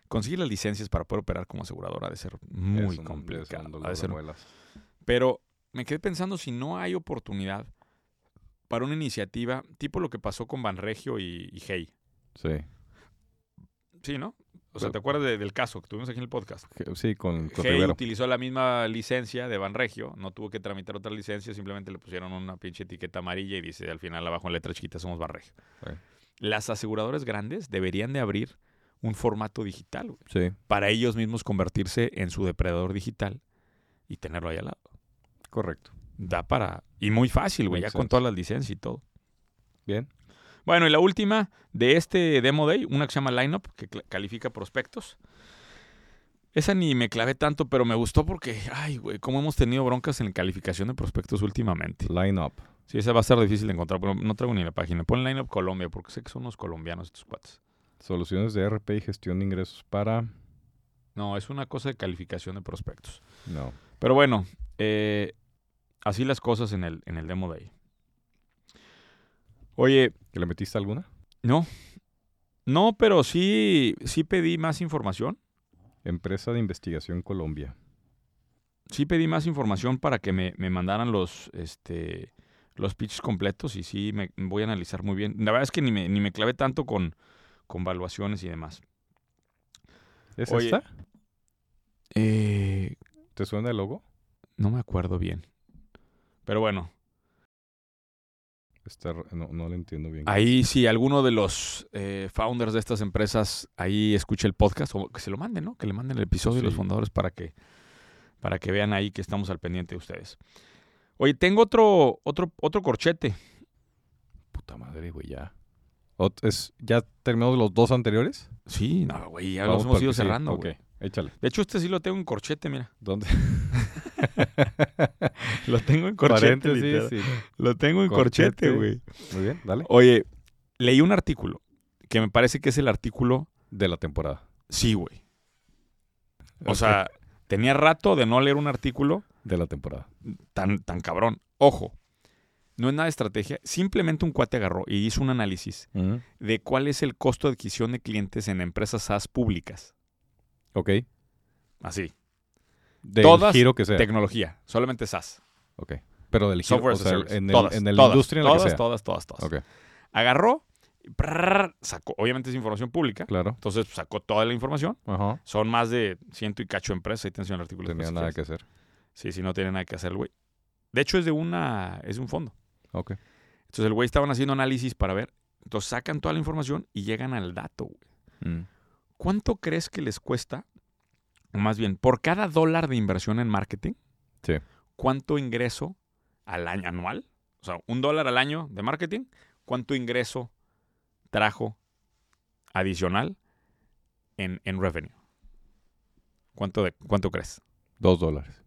A: conseguir las licencias para poder operar como aseguradora ha de ser muy
B: Es un- es un
A: complicado.
B: dolor
A: Ha de
B: de
A: ser-
B: muelas.
A: pero me quedé pensando si no hay oportunidad para una iniciativa tipo lo que pasó con Banregio y, y Hey.
B: Sí.
A: Sí, ¿no? O O sea, ¿te acuerdas de- del caso que tuvimos aquí en el podcast?
B: Que- Sí, con, con
A: Hey
B: Rivero.
A: utilizó la misma licencia de Banregio, no tuvo que tramitar otra licencia, simplemente le pusieron una pinche etiqueta amarilla y dice al final abajo en letra chiquita somos Banregio.
B: Sí.
A: Las aseguradoras grandes deberían de abrir un formato digital güey,
B: Sí,
A: para ellos mismos convertirse en su depredador digital y tenerlo ahí al lado.
B: correcto.
A: Da para... Y muy fácil, güey, ya
B: Makes
A: con
B: sense.
A: todas las licencias y todo.
B: Bien.
A: Bueno, y la última de este Demo Day, una que se llama Lineup, que cla- califica prospectos. Esa ni me clavé tanto, pero me gustó porque, ay, güey, cómo hemos tenido broncas en calificación de prospectos últimamente.
B: Line up.
A: Sí, esa va a ser difícil de encontrar, pero no traigo ni la página. Pon Lineup Colombia, porque sé que son unos colombianos estos cuates.
B: Soluciones de RP y gestión de ingresos para.
A: No, es una cosa de calificación de prospectos.
B: No.
A: Pero bueno, eh, así las cosas en el, en el Demo Day. Oye,
B: ¿Que le metiste alguna?
A: no. No, pero sí, sí pedí más información.
B: Empresa de Investigación Colombia.
A: sí pedí más información para que me, me mandaran los, este, los pitches completos y sí me me voy a analizar muy bien. La verdad es que ni me, ni me clavé tanto con, con valuaciones y demás.
B: ¿Es
A: Oye.
B: esta?
A: Eh,
B: ¿Te suena el logo?
A: no me acuerdo bien. Pero bueno,
B: Está r- no, no lo entiendo bien.
A: ahí sí, alguno de los eh, founders de estas empresas ahí escuche el podcast o que se lo manden, ¿no? Que le manden el episodio a los
B: Sí.
A: fundadores para que, para que vean ahí que estamos al pendiente de ustedes. Oye, tengo otro, otro, otro corchete.
B: Puta madre, güey, ya. Ot- es- ¿Ya terminamos los dos anteriores?
A: Sí, no, güey, ya los
B: Vamos
A: hemos
B: para el
A: ido
B: que sigue.
A: cerrando,
B: Ok,
A: güey.
B: échale.
A: De hecho, este sí lo tengo en corchete, mira.
B: ¿Dónde?
A: Lo tengo en
B: Paréntesis, sí.
A: Lo tengo en corchete,
B: Corchete.
A: güey.
B: Muy bien, dale.
A: Oye, leí un artículo que me parece que es el artículo
B: De la temporada.
A: sí, güey. O
B: Ok,
A: sea, tenía rato de no leer un artículo
B: De la temporada.
A: tan, tan cabrón. Ojo, no es nada de estrategia. Simplemente un cuate agarró y hizo un análisis
B: Ujú.
A: de cuál es el costo de adquisición de clientes en empresas SaaS públicas.
B: Ok.
A: Así,
B: Del
A: Todas
B: giro que sea.
A: tecnología, solamente SaaS.
B: Ok. Pero del giro.
A: Software
B: o
A: as a
B: sea,
A: service.
B: en el,
A: todas,
B: en el
A: todas,
B: industria en la
A: todas,
B: que sea.
A: todas, todas, todas.
B: Ok,
A: Agarró, y prrr, sacó, obviamente es información pública,
B: claro.
A: entonces pues, sacó toda la información.
B: Ajá.
A: Son más de ciento y cacho empresas, ahí tenés el
B: No
A: artículo.
B: tenía
A: después, si
B: nada que
A: quieres.
B: hacer.
A: Pues, Sí, sí, no tiene nada que hacer, el güey. De hecho, es de una, es de un fondo.
B: Ok.
A: Entonces el güey estaban haciendo análisis para ver. Entonces sacan toda la información y llegan al dato, güey.
B: Mm.
A: ¿Cuánto crees que les cuesta? O más bien, por cada dólar de inversión en marketing,
B: Sí.
A: ¿cuánto ingreso al año anual? O sea, un dólar al año de marketing, ¿cuánto ingreso trajo adicional en, en revenue? ¿Cuánto, de- ¿Cuánto crees?
B: Dos dólares.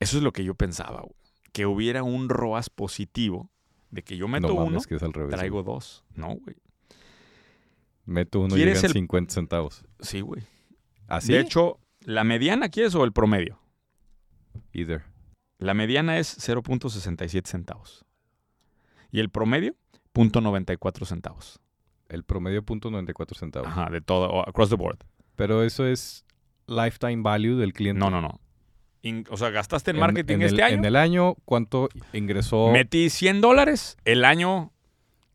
A: Eso es lo que yo pensaba, güey. Que hubiera un ROAS positivo de que yo meto
B: no mames,
A: uno,
B: que es al revés.
A: traigo dos. No, güey.
B: güey. Meto uno y
A: ¿Quieres
B: llegan
A: el-
B: 50 centavos.
A: Sí, güey.
B: ¿Así?
A: De hecho, ¿la mediana quieres o el promedio?
B: Either.
A: La mediana es 0.67 centavos. Y el promedio, 0.94 centavos.
B: El promedio punto 94 centavos.
A: Ajá, de todo, o across the board.
B: Pero eso es lifetime value del cliente.
A: No, no, no. In- o sea, gastaste en
B: En-
A: marketing
B: en
A: este
B: el-
A: año,
B: En el año, ¿cuánto ingresó?
A: metí 100 dólares, el año,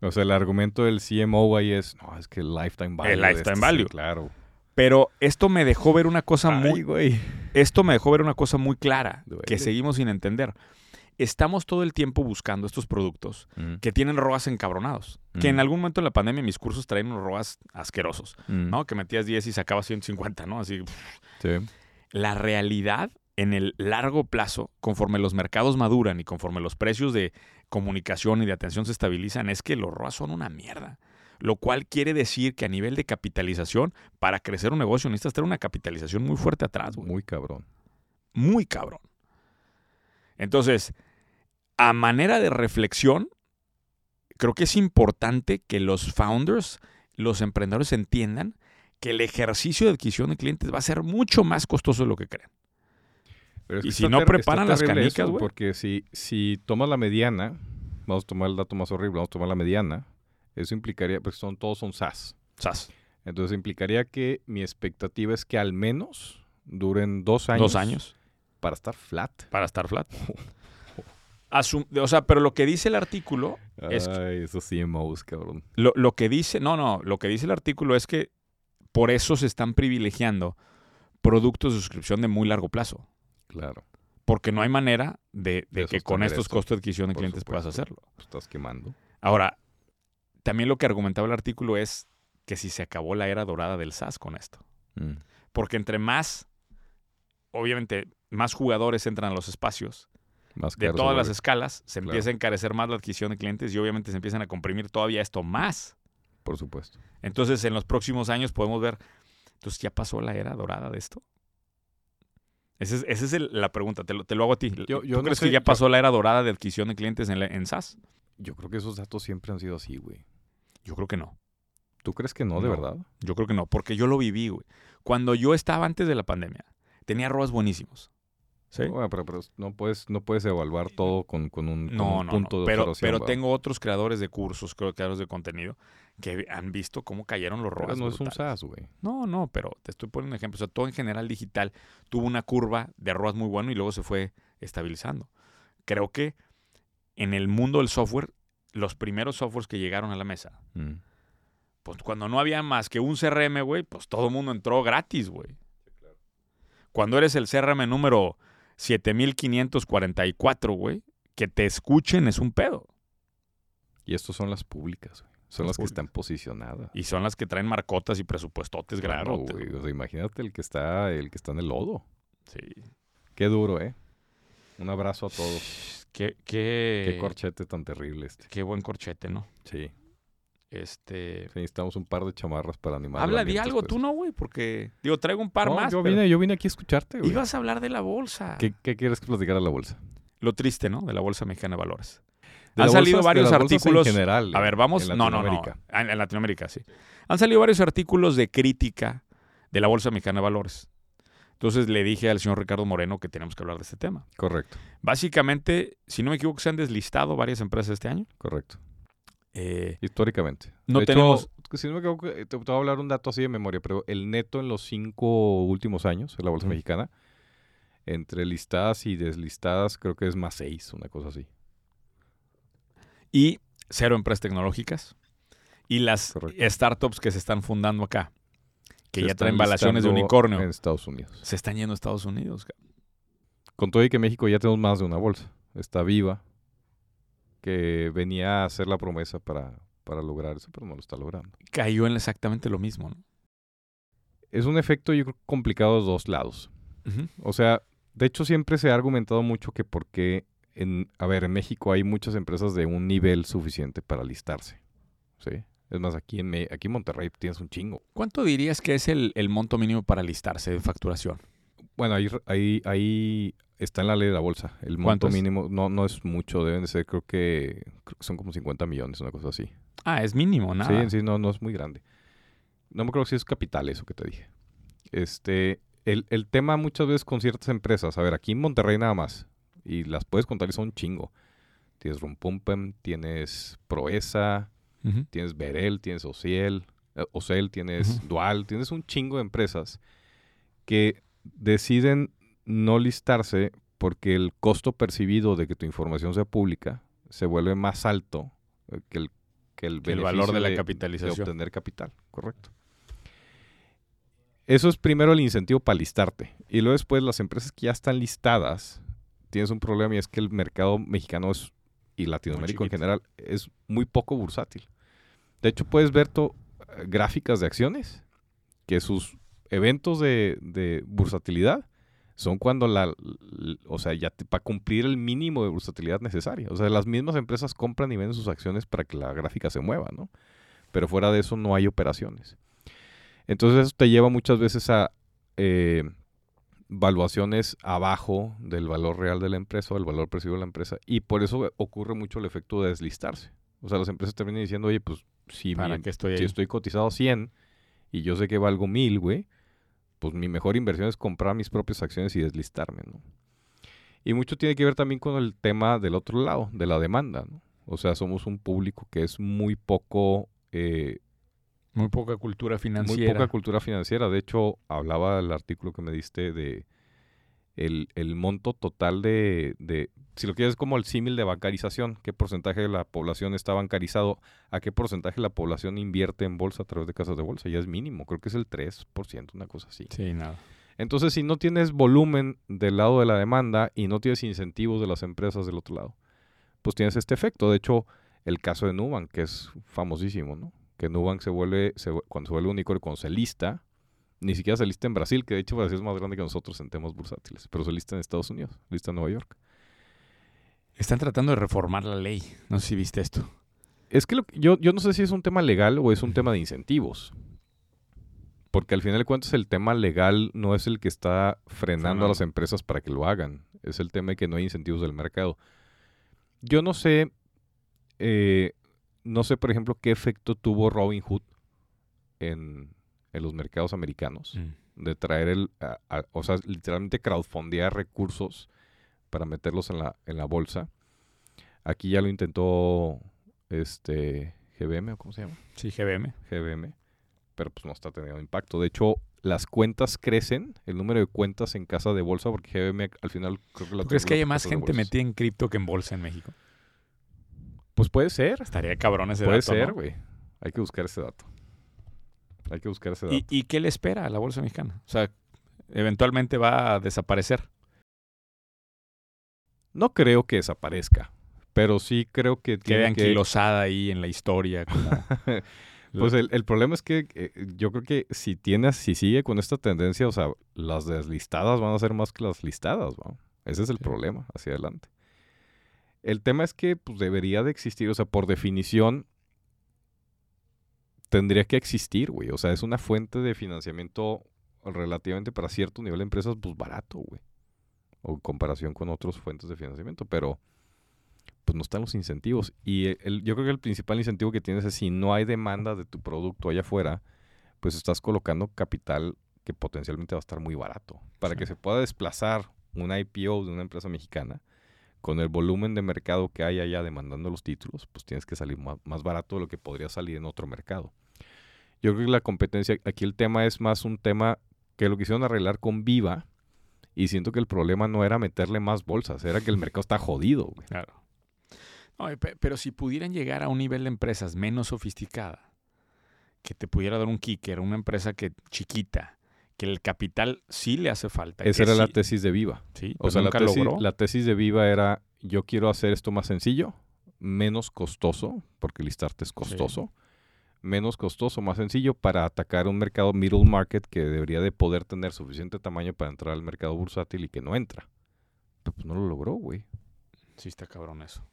B: O sea, el argumento del CMO ahí es, no, es que el lifetime value.
A: El
B: de
A: lifetime
B: este-
A: value.
B: Claro.
A: pero esto me dejó ver una cosa
B: Ay,
A: muy,
B: güey.
A: esto me dejó ver una cosa muy clara
B: Duele.
A: que seguimos sin entender. Estamos todo el tiempo buscando estos productos que tienen ROAS encabronados. Que en
B: Mm.
A: algún momento en la pandemia mis cursos traían unos ROAS asquerosos,
B: Mm.
A: ¿no? Que metías 10 y sacabas 150, ¿no? Así,
B: Sí.
A: la realidad en el largo plazo, conforme los mercados maduran y conforme los precios de comunicación y de atención se estabilizan, es que los ROAS son una mierda. Lo cual quiere decir que a nivel de capitalización, para crecer un negocio necesitas tener una capitalización muy fuerte atrás, güey.
B: Muy cabrón.
A: Muy cabrón. Entonces, a manera de reflexión, creo que es importante que los founders, los emprendedores entiendan que el ejercicio de adquisición de clientes va a ser mucho más costoso de lo que creen.
B: Pero es
A: Y
B: que
A: si
B: está
A: no
B: ter- está
A: preparan las
B: terrible
A: canicas,
B: eso,
A: güey.
B: Porque si, si tomas la mediana, vamos a tomar el dato más horrible, vamos a tomar la mediana, eso implicaría, pues son, todos son SaaS.
A: Sas.
B: Entonces implicaría que mi expectativa es que al menos duren dos años.
A: Dos años
B: Para estar flat.
A: para estar flat. Asum- o sea, pero lo que dice el artículo, Es-
B: Ay, esos CMOs, cabrón.
A: lo, lo que dice, no, no, lo que dice el artículo es que por eso se están privilegiando productos de suscripción de muy largo plazo.
B: Claro.
A: Porque no hay manera de, de
B: De
A: que con
B: sostener
A: estos
B: esto,
A: costos de adquisición de
B: por
A: clientes puedas
B: supuesto.
A: hacerlo.
B: Pues estás quemando.
A: Ahora, también lo que argumentaba el artículo es que si se acabó la era dorada del SaaS con esto. Mm. Porque entre más, obviamente, más jugadores entran a los espacios
B: Más
A: de
B: caro se
A: todas las
B: vuelve.
A: escalas, se
B: Claro.
A: empieza a encarecer más la adquisición de clientes y obviamente se empiezan a comprimir todavía esto más.
B: Por supuesto.
A: Entonces, en los próximos años podemos ver, entonces, ¿ya pasó la era dorada de esto? Esa es, esa es el- la pregunta, te lo, te lo hago a ti.
B: Yo- yo
A: ¿Tú
B: no
A: crees
B: sé,
A: que ya
B: yo-
A: pasó la era dorada de adquisición de clientes en, la- en SaaS?
B: Yo creo que esos datos siempre han sido así, güey.
A: Yo creo que no.
B: ¿Tú crees que no,
A: No.
B: de verdad?
A: Yo creo que no, porque yo lo viví, güey. Cuando yo estaba antes de la pandemia, tenía ROAS buenísimos. ¿Sí?
B: Bueno, pero, pero no, puedes, no puedes evaluar todo con, con un, con
A: No,
B: un
A: no,
B: punto
A: no.
B: de
A: Pero,
B: observación.
A: pero
B: ¿va?
A: tengo otros creadores de cursos, creo- creadores de contenido, que han visto cómo cayeron los
B: Pero
A: ROAS.
B: no es un
A: brutales.
B: SaaS, güey.
A: No, no, pero te estoy poniendo un ejemplo. O sea, todo en general digital tuvo una curva de ROAS muy bueno y luego se fue estabilizando. Creo que en el mundo del software, los primeros softwares que llegaron a la mesa,
B: Mm.
A: pues cuando no había más que un CRM, güey, pues todo el mundo entró gratis, güey. Cuando eres el CRM número 7544, güey, que te escuchen es un pedo.
B: Y estos son las públicas, güey. Son
A: Las
B: las que están posicionadas.
A: Y son las que traen marcotas y presupuestotes
B: Claro,
A: grandotes.
B: güey. O sea, imagínate el que está, el que está en el lodo.
A: Sí.
B: Qué duro, ¿eh? Un abrazo a todos.
A: Qué, qué,
B: Qué corchete tan terrible este.
A: qué buen corchete, ¿no?
B: Sí.
A: Este.
B: Sí, necesitamos un par de chamarras para animar. el
A: Habla de
B: ambiente
A: algo
B: después.
A: tú, ¿no, güey? Porque, digo, traigo un par
B: pues. No,
A: más.
B: Yo
A: pero ah.
B: vine, yo vine aquí a escucharte, güey.
A: Ibas a hablar de la bolsa.
B: ¿Qué, qué quieres que platicara de la bolsa?
A: Lo triste, ¿no? De la Bolsa Mexicana de Valores.
B: De
A: Han
B: la
A: salido
B: bolsa- de
A: varios
B: la bolsa
A: artículos-
B: En general,
A: A ver, vamos.
B: en
A: No, no, no.
B: Latinoamérica.
A: Ah, En, en Latinoamérica, sí. Han salido varios artículos de crítica de la Bolsa Mexicana de Valores. Entonces le dije al señor Ricardo Moreno que tenemos que hablar de este tema.
B: Correcto,
A: Básicamente, si no me equivoco, se han deslistado varias empresas este año.
B: correcto.
A: Eh,
B: Históricamente.
A: No
B: De hecho,
A: tenemos-
B: si no me equivoco, eh, te, te voy a hablar un dato así de memoria, pero el neto en los cinco últimos años en la bolsa
A: Ujú.
B: mexicana, entre listadas y deslistadas, creo que es más seis, una cosa así.
A: y cero empresas tecnológicas. Y las
B: Correcto.
A: startups que se están fundando acá, que
B: Se
A: ya
B: están
A: traen valaciones de
B: listando
A: unicornio,
B: En Estados Unidos.
A: se están yendo a Estados Unidos. ca-
B: Con todo y que México ya tenemos más de una bolsa. Está viva, que venía a hacer la promesa para, para lograr eso, pero no lo está logrando.
A: Cayó en exactamente lo mismo. ¿no?
B: es un efecto yo creo complicado de dos lados.
A: Ujú.
B: O sea, de hecho siempre se ha argumentado mucho que porque en, a ver, en México hay muchas empresas de un nivel suficiente para listarse. ¿Sí? Es más, aquí en, Me- aquí en Monterrey tienes un chingo.
A: ¿Cuánto dirías que es el, el monto mínimo para listarse de facturación?
B: Bueno, ahí, re- ahí, ahí está en la ley de la bolsa. El
A: ¿Cuánto
B: monto
A: es?
B: mínimo no, no es mucho, deben de ser, creo que, creo que son como 50 millones, una cosa así.
A: Ah, es mínimo, nada.
B: Sí, en sí, no, no es muy grande. No me acuerdo si es capital eso que te dije. Este, el, el tema muchas veces con ciertas empresas, a ver, aquí en Monterrey nada más, y las puedes contar y son un chingo. Tienes Rumpumpem, tienes Proesa,
A: Ujú.
B: tienes Berel, tienes Ociel, eh, Ocel, tienes
A: Ujú.
B: Dual, tienes un chingo de empresas que deciden no listarse porque el costo percibido de que tu información sea pública se vuelve más alto eh, que el, que el,
A: Que el valor
B: beneficio
A: de la capitalización.
B: De obtener capital, correcto. Eso es primero el incentivo para listarte. Y luego después las empresas que ya están listadas, tienes un problema y es que el mercado mexicano es, y latinoamérico en
A: chiquito.
B: general es muy poco bursátil. De hecho, puedes ver to- eh, gráficas de acciones que sus eventos de, de bursatilidad son cuando la, l- o sea, ya para cumplir el mínimo de bursatilidad necesaria. O sea, las mismas empresas compran y venden sus acciones para que la gráfica se mueva, ¿no? Pero fuera de eso no hay operaciones. Entonces eso te lleva muchas veces a eh, valuaciones abajo del valor real de la empresa o del valor percibido de la empresa. Y por eso ocurre mucho el efecto de deslistarse. O sea, las empresas terminan diciendo, oye, pues si
A: ¿Para
B: mi-
A: qué estoy ahí?
B: si estoy cotizado 100 y yo sé que valgo 1000, güey, pues mi mejor inversión es comprar mis propias acciones y deslistarme, ¿no? Y mucho tiene que ver también con el tema del otro lado, de la demanda, ¿no? O sea, somos un público que es muy poco, eh,
A: Muy poca cultura
B: muy
A: financiera.
B: poca cultura financiera. De hecho, hablaba el artículo que me diste de el, el monto total de, de si lo quieres como el símil de bancarización, qué porcentaje de la población está bancarizado, a qué porcentaje de la población invierte en bolsa a través de casas de bolsa, ya es mínimo, creo que es el 3%, una cosa así.
A: Sí, nada.
B: Entonces, si no tienes volumen del lado de la demanda y no tienes incentivos de las empresas del otro lado, pues tienes este efecto. De hecho, el caso de Nubank, que es famosísimo, ¿no? Que Nubank se vuelve, se vu- cuando se vuelve unicornio, cuando se lista, ni siquiera se lista en Brasil, que de hecho Brasil es más grande que nosotros en temas bursátiles, pero se lista en Estados Unidos, lista en Nueva York.
A: Están tratando de reformar la ley. No sé si viste esto.
B: Es que, lo que- yo, yo no sé si es un tema legal o es un tema de incentivos. Porque al final de cuentas el tema legal no es el que está frenando
A: Frenando.
B: a las empresas para que lo hagan. Es el tema de que no hay incentivos del mercado. Yo no sé, eh, no sé por ejemplo qué efecto tuvo Robin Hood en, en los mercados americanos
A: Mm.
B: de traer el, a- a- o sea, literalmente crowdfondear recursos para meterlos en la, en la bolsa. Aquí ya lo intentó este GBM o cómo se llama?
A: Sí, GBM.
B: GBM, pero pues no está teniendo impacto. De hecho, las cuentas crecen, el número de cuentas en casa de bolsa, porque GBM al final creo que la
A: ¿Tú crees que
B: triplicó
A: haya
B: por
A: más
B: casas de
A: gente
B: bolsas.
A: metida en cripto que en bolsa en México?
B: Pues puede ser,
A: Estaría cabrón ese
B: puede
A: dato,
B: ser,
A: ¿no?
B: güey. Hay que buscar ese dato. Hay que buscar ese dato.
A: ¿Y, ¿Y qué le espera a la bolsa mexicana? O sea, eventualmente va a desaparecer.
B: No creo que desaparezca, pero sí creo que
A: Queda
B: tiene que...
A: anquilosada ahí en la historia. como-
B: Pues el, el problema es que eh, yo creo que si tienes, si sigue con esta tendencia, o sea, las deslistadas van a ser más que las listadas, ¿va? Ese es el
A: Sí.
B: problema hacia adelante. El tema es que pues, debería de existir, o sea, por definición, tendría que existir, güey. O sea, es una fuente de financiamiento relativamente para cierto nivel de empresas, pues barato, güey. O en comparación con otras fuentes de financiamiento, pero pues no están los incentivos. Y el- el- yo creo que el principal incentivo que tienes es si no hay demanda de tu producto allá afuera, pues estás colocando capital que potencialmente va a estar muy barato. Para que
A: Sí.
B: se pueda desplazar un IPO de una empresa mexicana con el volumen de mercado que hay allá demandando los títulos, pues tienes que salir ma- más barato de lo que podría salir en otro mercado. Yo creo que la competencia, aquí el tema es más un tema que lo quisieron arreglar con Viva y siento que el problema no era meterle más bolsas, era que el mercado está jodido. güey.
A: Claro. No, y pe- pero si pudieran llegar a un nivel de empresas menos sofisticada, que te pudiera dar un kicker, una empresa que chiquita, que el capital sí le hace falta.
B: Esa era la
A: tesis.
B: tesis de Viva.
A: Sí,
B: O
A: pero
B: sea, la
A: Pues nunca
B: tesis,
A: logró.
B: la tesis de Viva era, yo quiero hacer esto más sencillo, menos costoso, porque listarte es costoso, menos costoso, más sencillo para atacar un mercado middle market que debería de poder tener suficiente tamaño para entrar al mercado bursátil y que no entra. Pero pues no lo logró, güey.
A: Sí, está cabrón eso.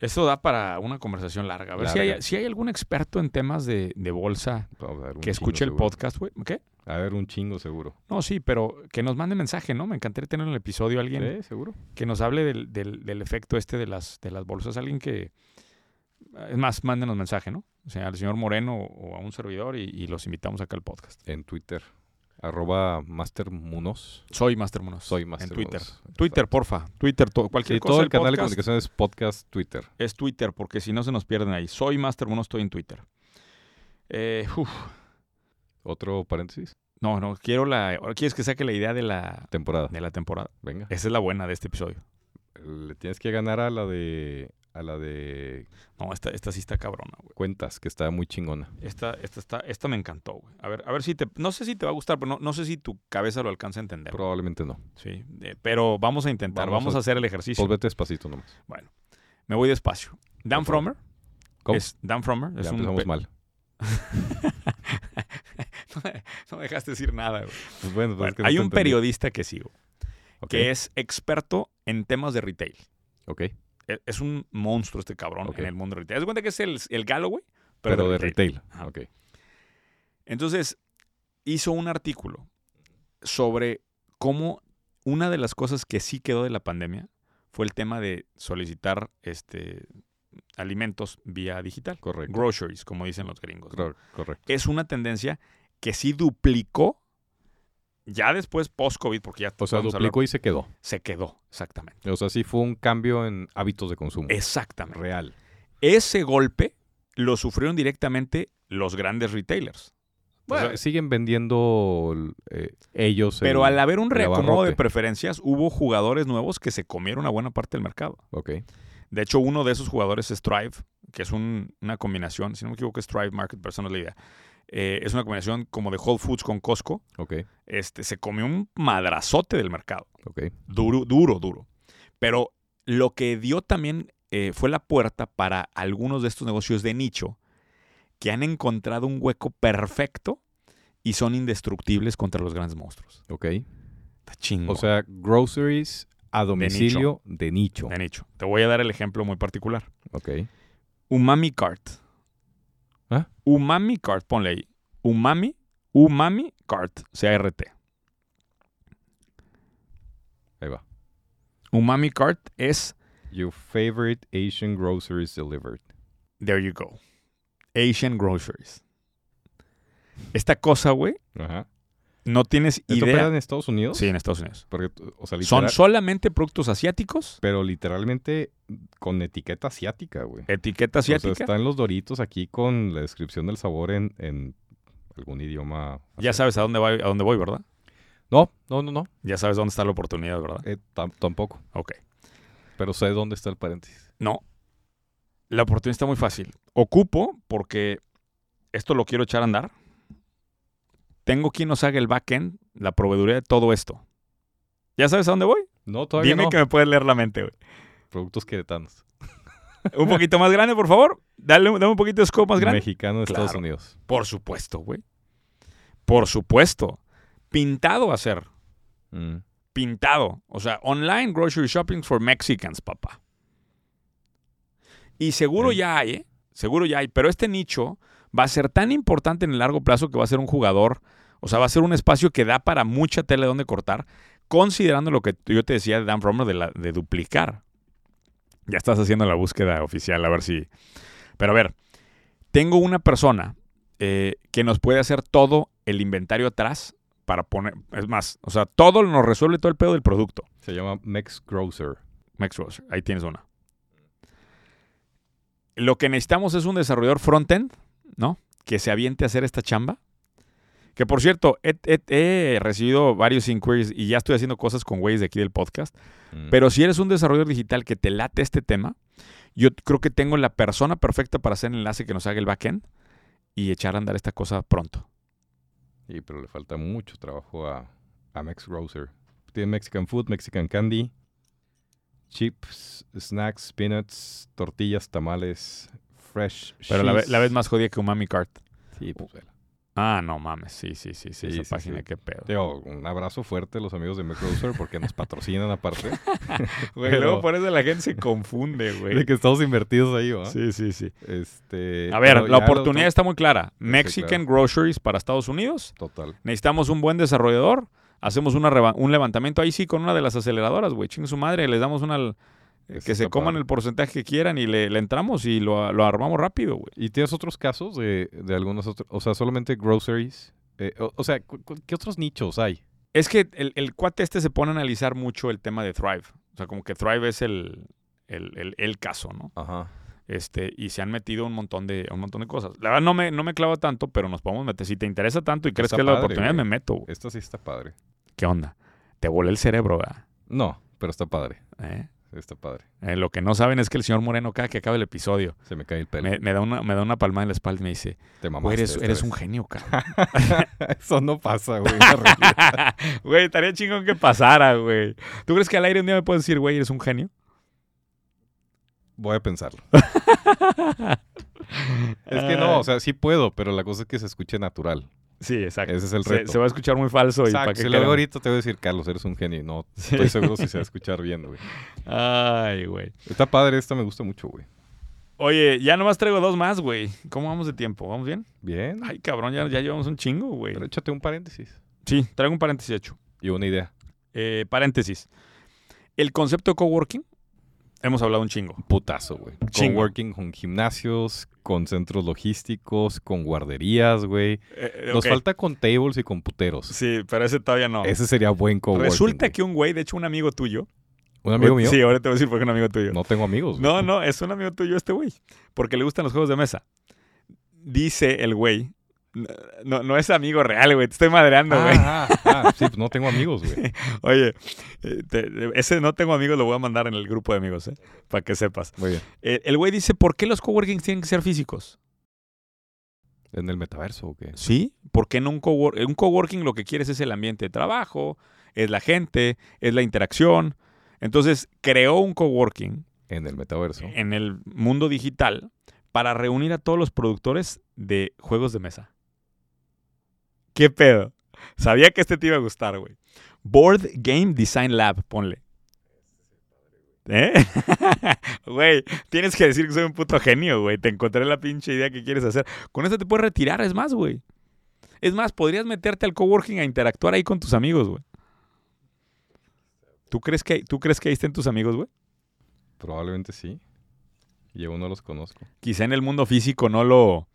A: Eso da para una conversación larga. A ver si
B: Larga.
A: hay, si hay algún experto en temas de, de bolsa
B: Vamos a ver, un
A: que escuche
B: chingo
A: el
B: seguro.
A: podcast, güey. ¿Qué?
B: A ver, un chingo seguro.
A: No, sí, pero que nos mande mensaje, ¿no? Me encantaría tener en el episodio a alguien
B: ¿Eh? ¿Seguro?
A: que nos hable del, del- del efecto este de las, de las bolsas. Alguien que. Es más, mándenos mensaje, ¿no? O sea, al señor Moreno o a un servidor y, y los invitamos acá al podcast.
B: En Twitter. Arroba Master Munoz.
A: Soy Master Munoz.
B: Soy Master
A: En Twitter.
B: Munoz.
A: Twitter,
B: Exacto.
A: porfa. Twitter, to- cualquier
B: Sí,
A: cosa.
B: todo el
A: del
B: canal de
A: podcast.
B: comunicación es podcast Twitter.
A: es Twitter, porque si no se nos pierden ahí. Soy Master Mono, estoy en Twitter. Eh, uf,
B: Otro paréntesis.
A: no, no, quiero la. Ahora quieres que saque la idea de la,
B: Temporada.
A: de la temporada.
B: Venga.
A: Esa es la buena de este episodio.
B: Le tienes que ganar a la de a la de
A: No, esta, esta sí está cabrona, güey.
B: cuentas, que está muy chingona.
A: Esta, esta, está- esta me encantó, güey. A ver, a ver si te. No sé si te va a gustar, pero no, no sé si tu cabeza lo alcanza a entender.
B: Probablemente no.
A: sí, eh, pero vamos a intentar,
B: Vamos
A: vamos,
B: a-
A: a, hacer el ejercicio.
B: Pues vete despacito nomás.
A: Me voy despacio. Dan
B: Por favor.
A: Frommer.
B: ¿Cómo?
A: Es Dan Frommer. Es
B: ya
A: un
B: empezamos
A: pe-
B: mal.
A: no, me- no me dejaste decir nada, güey.
B: Pues bueno, pues es
A: Bueno,
B: que no
A: hay
B: te
A: un
B: entendí.
A: periodista que sigo,
B: Ok,
A: que es experto en temas de retail.
B: ok.
A: e- es un monstruo este cabrón
B: Ok.
A: en el mundo del retail. Haz de cuenta que es el, el Galloway, pero,
B: Pero,
A: de
B: de
A: retail.
B: retail.
A: Ajá.
B: Ok.
A: Entonces, hizo un artículo sobre cómo una de las cosas que sí quedó de la pandemia fue el tema de solicitar este, alimentos vía digital.
B: Correcto.
A: Groceries, como dicen los gringos. ¿no?
B: Cor- correcto.
A: Es una tendencia que sí duplicó ya después post-COVID, porque ya
B: O sea,
A: podemos
B: duplicó y se quedó.
A: hablar, se quedó, exactamente.
B: O sea, sí fue un cambio en hábitos de consumo.
A: Exactamente.
B: real.
A: Ese golpe lo sufrieron directamente los grandes retailers.
B: Bueno,
A: O sea,
B: siguen vendiendo eh, ellos.
A: Pero
B: el-
A: al haber un
B: el
A: reacomodo de
B: abarrote.
A: preferencias, hubo jugadores nuevos que se comieron una buena parte del mercado.
B: Ok.
A: De hecho, uno de esos jugadores es Strive, que es un- una combinación, si no me equivoco, es Strive Market Personalidad. Eh, es una combinación como de Whole Foods con Costco.
B: Ok.
A: Este, se comió un madrazote del mercado.
B: Ok.
A: Duro, duro, duro. Pero lo que dio también eh, fue la puerta para algunos de estos negocios de nicho que han encontrado un hueco perfecto y son indestructibles contra los grandes monstruos.
B: Ok.
A: Está chingo.
B: O sea, groceries a domicilio de nicho.
A: de nicho. Te voy a dar el ejemplo muy particular.
B: Ok.
A: Umami Cart.
B: ¿Ah?
A: Umami Cart, ponle ahí. Umami, Umami Cart, CRT.
B: Ahí va.
A: Umami Cart es
B: Your favorite Asian groceries delivered.
A: There you go. Asian Groceries. Esta cosa, güey,
B: Ajá.
A: no tienes
B: ¿Esto opera
A: idea.
B: en Estados Unidos?
A: Sí, en Estados Unidos.
B: Porque, t- o sea,
A: Son
B: literal-
A: solamente productos asiáticos,
B: pero literalmente con etiqueta asiática, güey.
A: etiqueta
B: O sea,
A: asiática.
B: están los doritos aquí con la descripción del sabor en, en algún idioma.
A: Ya sabes a dónde, voy, a dónde voy, ¿verdad?
B: No, no, no, no.
A: Ya sabes dónde está la oportunidad, ¿verdad?
B: Eh, tam- tampoco.
A: Ok.
B: Pero sé dónde está el paréntesis.
A: No. La oportunidad está muy fácil. Ocupo porque esto lo quiero echar a andar. Tengo quien nos haga el backend, la proveeduría de todo esto. ¿Ya sabes a dónde voy?
B: No, todavía
A: Dime
B: no.
A: que me puedes leer la mente, güey.
B: Productos queretanos.
A: Un poquito más grande, por favor. Dale, dame un poquito de scope más grande.
B: Mexicano de Estados
A: Claro.
B: Unidos.
A: Por supuesto, güey. Por supuesto. Pintado a ser.
B: Mm.
A: Pintado. O sea, online grocery shopping for Mexicans, papá. Y seguro
B: Ey.
A: ya hay, ¿eh? Seguro ya hay. Pero este nicho va a ser tan importante en el largo plazo que va a ser un jugador. O sea, va a ser un espacio que da para mucha tela donde cortar, considerando lo que yo te decía de Dan Romer de, la- de duplicar. Ya estás haciendo la búsqueda oficial, a ver si. Pero a ver, tengo una persona eh, que nos puede hacer todo el inventario atrás para poner. Es más, o sea, todo nos resuelve todo el pedo del producto.
B: Se llama Mex Grocer.
A: Max Roser, ahí tienes una. Lo que necesitamos es un desarrollador frontend, ¿no? Que se aviente a hacer esta chamba. Que por cierto, he, he- he recibido varios inquiries y ya estoy haciendo cosas con güeyes de aquí del podcast.
B: Mm.
A: Pero si eres un desarrollador digital que te late este tema, yo creo que tengo la persona perfecta para hacer el enlace que nos haga el backend y echar a andar esta cosa pronto.
B: Y, pero le falta mucho trabajo a, a Mex Grocer. Tiene Mexican food, Mexican candy, chips, snacks, peanuts, tortillas, tamales, fresh
A: Pero la, ve-
B: cheese.
A: la vez más jodida que Umami Cart.
B: Sí, pues, vela.
A: Ah, no mames. Sí, sí, sí, sí.
B: Sí,
A: esa
B: sí,
A: página,
B: sí.
A: qué pedo.
B: Digo, un abrazo fuerte a los amigos de Mex Grocer porque nos patrocinan aparte.
A: Güey,
B: Pero-
A: luego por eso la gente se confunde, güey. Eh,
B: de que estamos invertidos ahí, ¿va?
A: Sí, sí, sí.
B: Este,
A: A ver,
B: pero
A: la
B: ya lo-
A: oportunidad está muy clara. Mexican
B: claro.
A: Groceries para Estados Unidos.
B: Total.
A: Necesitamos un buen desarrollador. Hacemos una reva- un levantamiento ahí sí con una de las aceleradoras, güey. Ching su madre, les damos una... al- eh,
B: Eso
A: Que se
B: está
A: coman
B: padre.
A: el porcentaje que quieran y le, le entramos y lo, lo armamos rápido, güey.
B: ¿Y tienes otros casos de, de algunos otros? O sea, solamente groceries. Eh, o, o sea, cu- cu- ¿qué otros nichos hay?
A: Es que el, el cuate este se pone a analizar mucho el tema de Thrive. O sea, como que Thrive es el, el, el- el caso, ¿no?
B: Ajá.
A: Este, y se han metido un montón de, un montón de cosas. La verdad no me, no me clavo tanto, pero nos podemos meter. Si te interesa tanto y crees
B: Está
A: que es la
B: padre,
A: oportunidad,
B: güey.
A: me meto, güey.
B: Esta sí está padre.
A: ¿Qué onda? Te volé el cerebro, ¿verdad?
B: No, pero está padre.
A: ¿Eh?
B: Está padre.
A: Eh, lo que no saben es que el señor Moreno, cada que acaba el episodio,
B: Se me cae el pelo.
A: me, me da una, me da una palma en la espalda y me dice,
B: Te mamaste.
A: güey, eres,
B: esta
A: eres
B: vez.
A: un genio, cabrón.
B: Eso no pasa, güey. en la realidad.
A: güey, estaría chingón que pasara, güey. ¿Tú crees que al aire un día me puedes decir, güey, eres un genio?
B: Voy a pensarlo. Es que
A: Ah.
B: no, o sea, sí puedo, pero la cosa es que se escuche natural.
A: Sí, exacto.
B: Ese es el
A: Se,
B: reto.
A: se va a escuchar muy falso. y
B: Exacto,
A: ¿para qué
B: si lo veo
A: queremos?
B: ahorita te voy a decir, Carlos, eres un genio. No, estoy seguro si se va a escuchar bien, güey.
A: Ay, güey.
B: Está padre, esta me gusta mucho, güey.
A: Oye, ya nomás traigo dos más, güey. ¿Cómo vamos de tiempo? ¿Vamos bien?
B: Bien.
A: Ay, cabrón, ya, ya llevamos un chingo, güey.
B: Pero échate un paréntesis.
A: Sí, traigo un paréntesis hecho.
B: Y una idea.
A: Eh, paréntesis. El concepto de coworking, hemos hablado un chingo.
B: Putazo, güey.
A: Chingo.
B: Coworking con gimnasios, con centros logísticos, con guarderías, güey.
A: Eh, eh,
B: Nos
A: ok.
B: falta con tables y con puteros.
A: Sí, pero ese todavía no.
B: Ese sería buen coworking.
A: Resulta
B: güey.
A: que un güey, de hecho, un amigo tuyo.
B: ¿Un amigo mío?
A: Sí, ahora te voy a decir por qué un amigo tuyo.
B: No tengo amigos, güey.
A: No, no, es un amigo tuyo este güey. Porque le gustan los juegos de mesa. Dice el güey No, no es amigo real, güey. Te estoy madreando, güey.
B: Ah, ah, ah, sí, pues no tengo amigos, güey.
A: Oye, eh, te- ese no tengo amigos lo voy a mandar en el grupo de amigos, ¿eh? Para que sepas.
B: Muy bien.
A: Eh, el güey dice, ¿por qué los coworkings tienen que ser físicos?
B: ¿En el metaverso o qué?
A: Sí. ¿Por qué no un coworking? Un coworking lo que quieres es el ambiente de trabajo, es la gente, es la interacción. Entonces, creó un coworking
B: En el metaverso.
A: en el mundo digital para reunir a todos los productores de juegos de mesa. ¿Qué pedo? Sabía que este te iba a gustar, güey. Board Game Design Lab, ponle. ¿Eh? Güey, tienes que decir que soy un puto genio, güey. Te encontré la pinche idea que quieres hacer. Con esta te puedes retirar, es más, güey. Es más, podrías meterte al coworking a interactuar ahí con tus amigos, güey. ¿Tú crees que, ¿tú crees que ahí estén tus amigos, güey?
B: Probablemente sí. Y aún no los conozco.
A: quizá en el mundo físico no lo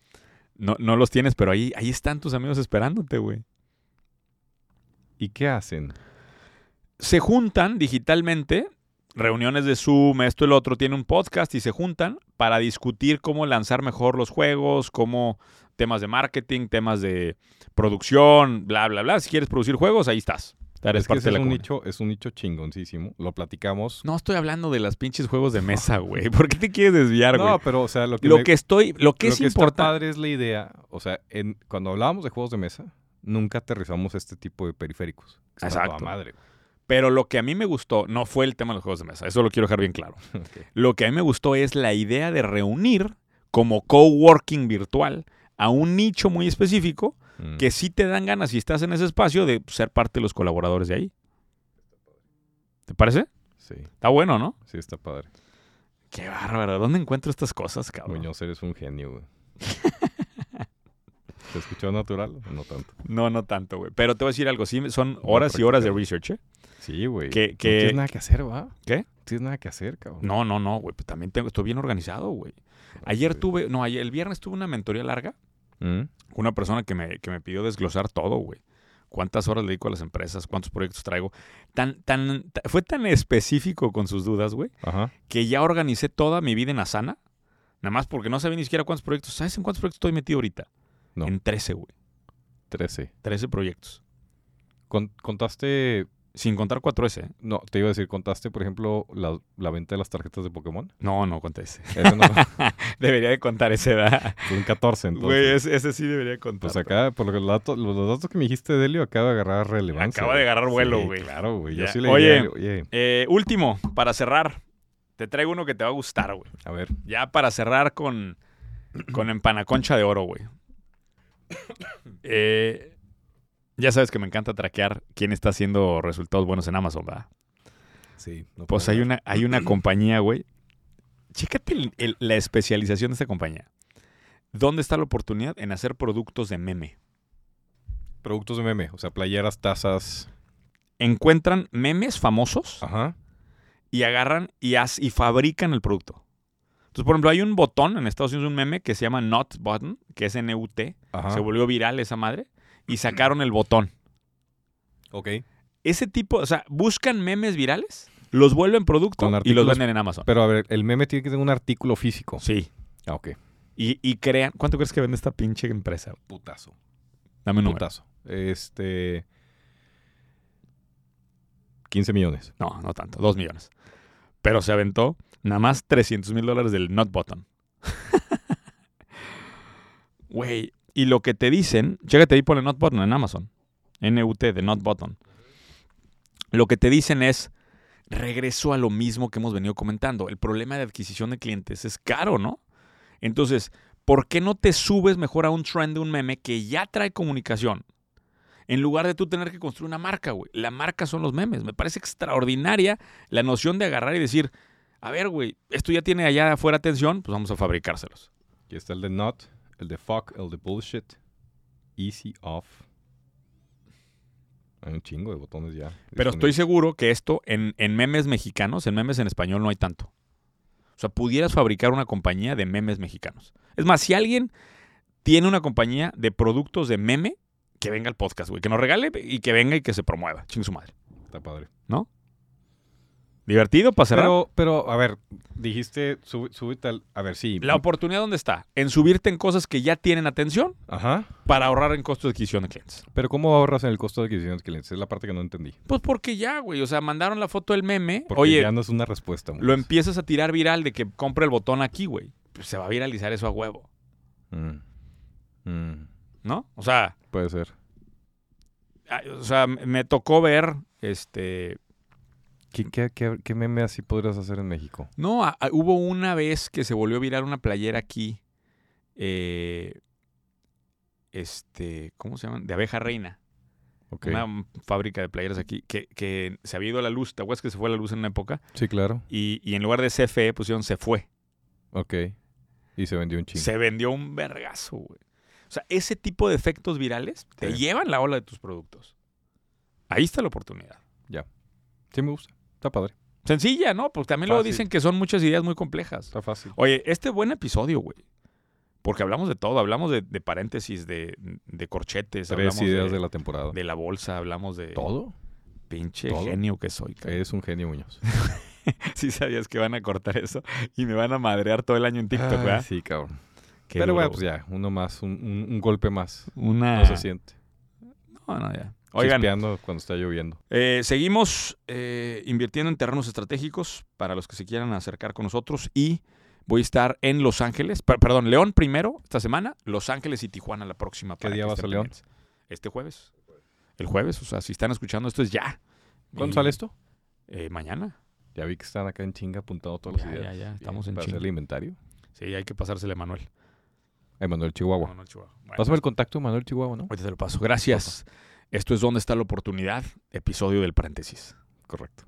A: no, no los tienes, pero ahí, ahí están tus amigos esperándote, güey.
B: ¿Y qué hacen?
A: Se juntan digitalmente, reuniones de Zoom, esto el otro, tiene un podcast y se juntan para discutir cómo lanzar mejor los juegos, cómo temas de marketing, temas de producción, bla, bla, bla. Si quieres producir juegos, ahí estás. Eres
B: es que
A: parte de
B: ese es
A: la
B: un
A: comunidad.
B: nicho, es un nicho chingoncísimo. Lo platicamos.
A: No estoy hablando de las pinches juegos de mesa, güey. ¿Por qué te quieres desviar, güey?
B: No, pero o sea, lo que,
A: lo
B: me-
A: que estoy, lo que
B: lo
A: es
B: que está
A: importante.
B: padre es la idea. O sea, en, cuando hablábamos de juegos de mesa, nunca aterrizamos este tipo de periféricos. Está toda
A: Exacto.
B: madre. güey.
A: Pero lo que a mí me gustó no fue el tema de los juegos de mesa. Eso lo quiero dejar bien claro.
B: Ok.
A: Lo que a mí me gustó es la idea de reunir como coworking virtual a un nicho muy específico
B: Mm.
A: que sí te dan ganas si estás en ese espacio de ser parte de los colaboradores de ahí. ¿Te parece?
B: Sí,
A: Está bueno, ¿no?
B: sí está padre.
A: Qué bárbaro. ¿Dónde encuentro estas cosas, cabrón?
B: Muñoz, eres un genio, güey. ¿Se escuchó natural? o No tanto.
A: No, no tanto, güey. Pero te voy a decir algo. Sí, son horas y horas de research, ¿eh?
B: Sí, güey.
A: Que-
B: No
A: que-
B: tienes nada que hacer, ¿va?
A: ¿Qué?
B: No tienes nada que hacer, cabrón.
A: No, no, no, güey. Pues también tengo, estoy bien organizado, güey. Ayer
B: Sí.
A: tuve... No, ayer, el viernes tuve una mentoría larga
B: Mm.
A: una persona que me, que me pidió desglosar todo, güey. ¿Cuántas horas le dedico a las empresas? ¿Cuántos proyectos traigo? Tan, tan, ta- fue tan específico con sus dudas, güey,
B: Ajá.
A: que ya organicé toda mi vida en Asana. Nada más porque no sabía ni siquiera cuántos proyectos. ¿Sabes en cuántos proyectos estoy metido ahorita?
B: No.
A: En 13, güey.
B: 13.
A: 13 proyectos.
B: Con- contaste.
A: Sin contar 4S. ¿eh?
B: No, te iba a decir, contaste, por ejemplo, la, la venta de las tarjetas de Pokémon.
A: No, no conté ese.
B: Eso no,
A: Debería de contar ese, edad.
B: fue un 14, entonces.
A: Güey, ese, ese sí debería de contar.
B: Pues acá, por lo que los datos, los datos que me dijiste, Delio, acaba de agarrar relevancia.
A: Acaba de
B: güey.
A: agarrar vuelo,
B: Sí,
A: güey.
B: Claro, güey. Yo
A: Ya.
B: sí le
A: Oye.
B: diría, oye,
A: Eh, último, para cerrar. Te traigo uno que te va a gustar, güey.
B: a ver,
A: Ya para cerrar con, con empanaconcha de oro, güey. Eh, ya sabes que me encanta traquear quién está haciendo resultados buenos en Amazon, ¿verdad?
B: sí. no
A: Pues
B: puedo
A: hay
B: hablar.
A: una, hay una compañía, güey. Chécate el- el- la especialización de esta compañía. ¿Dónde está la oportunidad en hacer productos de meme?
B: Productos de meme, o sea, playeras, tazas.
A: Encuentran memes famosos
B: Ajá.
A: y agarran y, haz- y fabrican el producto. Entonces, por ejemplo, hay un botón en Estados Unidos, un meme que se llama Not Button, que es N-U-T,
B: Ajá.
A: Se volvió viral esa madre y sacaron el botón.
B: Ok.
A: Ese tipo, o sea, buscan memes virales, los vuelven producto
B: Con
A: y los
B: artículos-
A: venden en Amazon.
B: Pero a ver, el meme tiene que tener un artículo físico.
A: Sí.
B: Ah, ok.
A: Y, y crean. ¿Cuánto crees que vende esta pinche empresa?
B: Putazo.
A: Dame un número.
B: Putazo. Este. 15 millones.
A: No, no tanto. Dos millones. Pero se aventó nada más 300 mil dólares del Not Button. Güey. Y lo que te dicen, chécate ahí por el Not Button en Amazon. NUT de Not Button. Lo que te dicen es, regreso a lo mismo que hemos venido comentando. El problema de adquisición de clientes es caro, ¿no? Entonces, ¿por qué no te subes mejor a un trend de un meme que ya trae comunicación? En lugar de tú tener que construir una marca, güey. La marca son los memes. Me parece extraordinaria la noción de agarrar y decir, a ver, güey, esto ya tiene allá afuera atención, pues vamos a fabricárselos.
B: Aquí está el de not, el de fuck, el de bullshit. Easy off. Hay un chingo de botones ya. Este,
A: Pero estoy seguro que esto en, en memes mexicanos, en memes en español no hay tanto. O sea, pudieras fabricar una compañía de memes mexicanos. Es más, si alguien tiene una compañía de productos de meme, que venga al podcast, güey, que nos regale y que venga y que se promueva. Ching su madre.
B: disponible. Está padre.
A: Divertido para cerrar.
B: Pero, pero, a ver, dijiste, sube, sube tal. A ver, sí.
A: la oportunidad dónde está? En subirte en cosas que ya tienen atención
B: Ajá.
A: para ahorrar en costos de adquisición de clientes.
B: Pero ¿cómo ahorras en el costo de adquisición de clientes? Es la parte que no entendí.
A: Pues porque ya, güey. O sea, mandaron la foto del meme.
B: Porque
A: Oye,
B: ya no es una respuesta.
A: lo
B: Moisés.
A: empiezas a tirar viral de que compre el botón aquí, güey. Pues se va a viralizar eso a huevo, em-
B: Mm. Mm.
A: ¿no? O sea,
B: Puede ser.
A: ah, o sea, m- me tocó ver, este...
B: ¿Qué, qué, qué, qué meme así podrías hacer en México?
A: No, a- a- hubo una vez que se volvió viral una playera aquí, eh, este, ¿cómo se llaman? De abeja reina.
B: Ok.
A: Una fábrica de playeras aquí que, que se había ido la luz. ¿Te acuerdas que se fue la luz en una época?
B: Sí, claro.
A: Y, y en lugar de CFE pusieron se fue.
B: Ok. Y se vendió un chingo.
A: Se vendió un vergazo, güey. O sea, ese tipo de efectos virales te
B: Sí.
A: llevan la ola de tus productos. Ahí está la oportunidad.
B: Sí, me gusta. Está padre.
A: Sencilla, ¿no? Pues también luego
B: Fácil.
A: dicen que son muchas ideas muy complejas.
B: Está fácil.
A: Oye, este buen episodio, güey. Porque hablamos de todo. Hablamos de, de paréntesis, de, de corchetes.
B: Tres
A: hablamos
B: ideas de,
A: de,
B: la temporada.
A: de la bolsa. Hablamos de...
B: ¿Todo?
A: Pinche
B: todo. Eh.
A: genio que soy. cabrón.
B: Es un genio Muñoz.
A: Sí sabías que van a cortar eso y me van a madrear todo el año en TikTok,
B: Ay,
A: pues, ¿verdad?
B: sí, cabrón.
A: Qué
B: Pero
A: duro,
B: bueno, pues ya, uno más, un, un- un golpe más.
A: güey. Una...
B: No se siente.
A: No, no, ya. Oigan,
B: Chispeando cuando está lloviendo.
A: Eh, seguimos eh, invirtiendo en terrenos estratégicos para los que se quieran acercar con nosotros y voy a estar en Los Ángeles, per- perdón, León primero esta semana, Los Ángeles y Tijuana la próxima.
B: ¿Qué
A: para
B: día
A: que
B: vas
A: estén
B: a León?
A: pendientes. Este jueves. El jueves, o sea, si están escuchando esto es ya.
B: ¿Cuándo
A: Y,
B: sale esto?
A: eh, mañana.
B: Ya vi que están acá en chinga apuntando todas
A: Ya,
B: las
A: ya,
B: ideas.
A: ya,
B: Bien,
A: estamos en
B: para hacer
A: chinga.
B: el inventario.
A: Sí, hay que pasársele a Manuel.
B: A Emanuel Chihuahua.
A: Manuel Chihuahua. Bueno,
B: Ah, Pásame el contacto de Emanuel Chihuahua, ¿no?
A: ahorita te lo paso. Gracias. Esto es Donde está la oportunidad, episodio del paréntesis.
B: Correcto.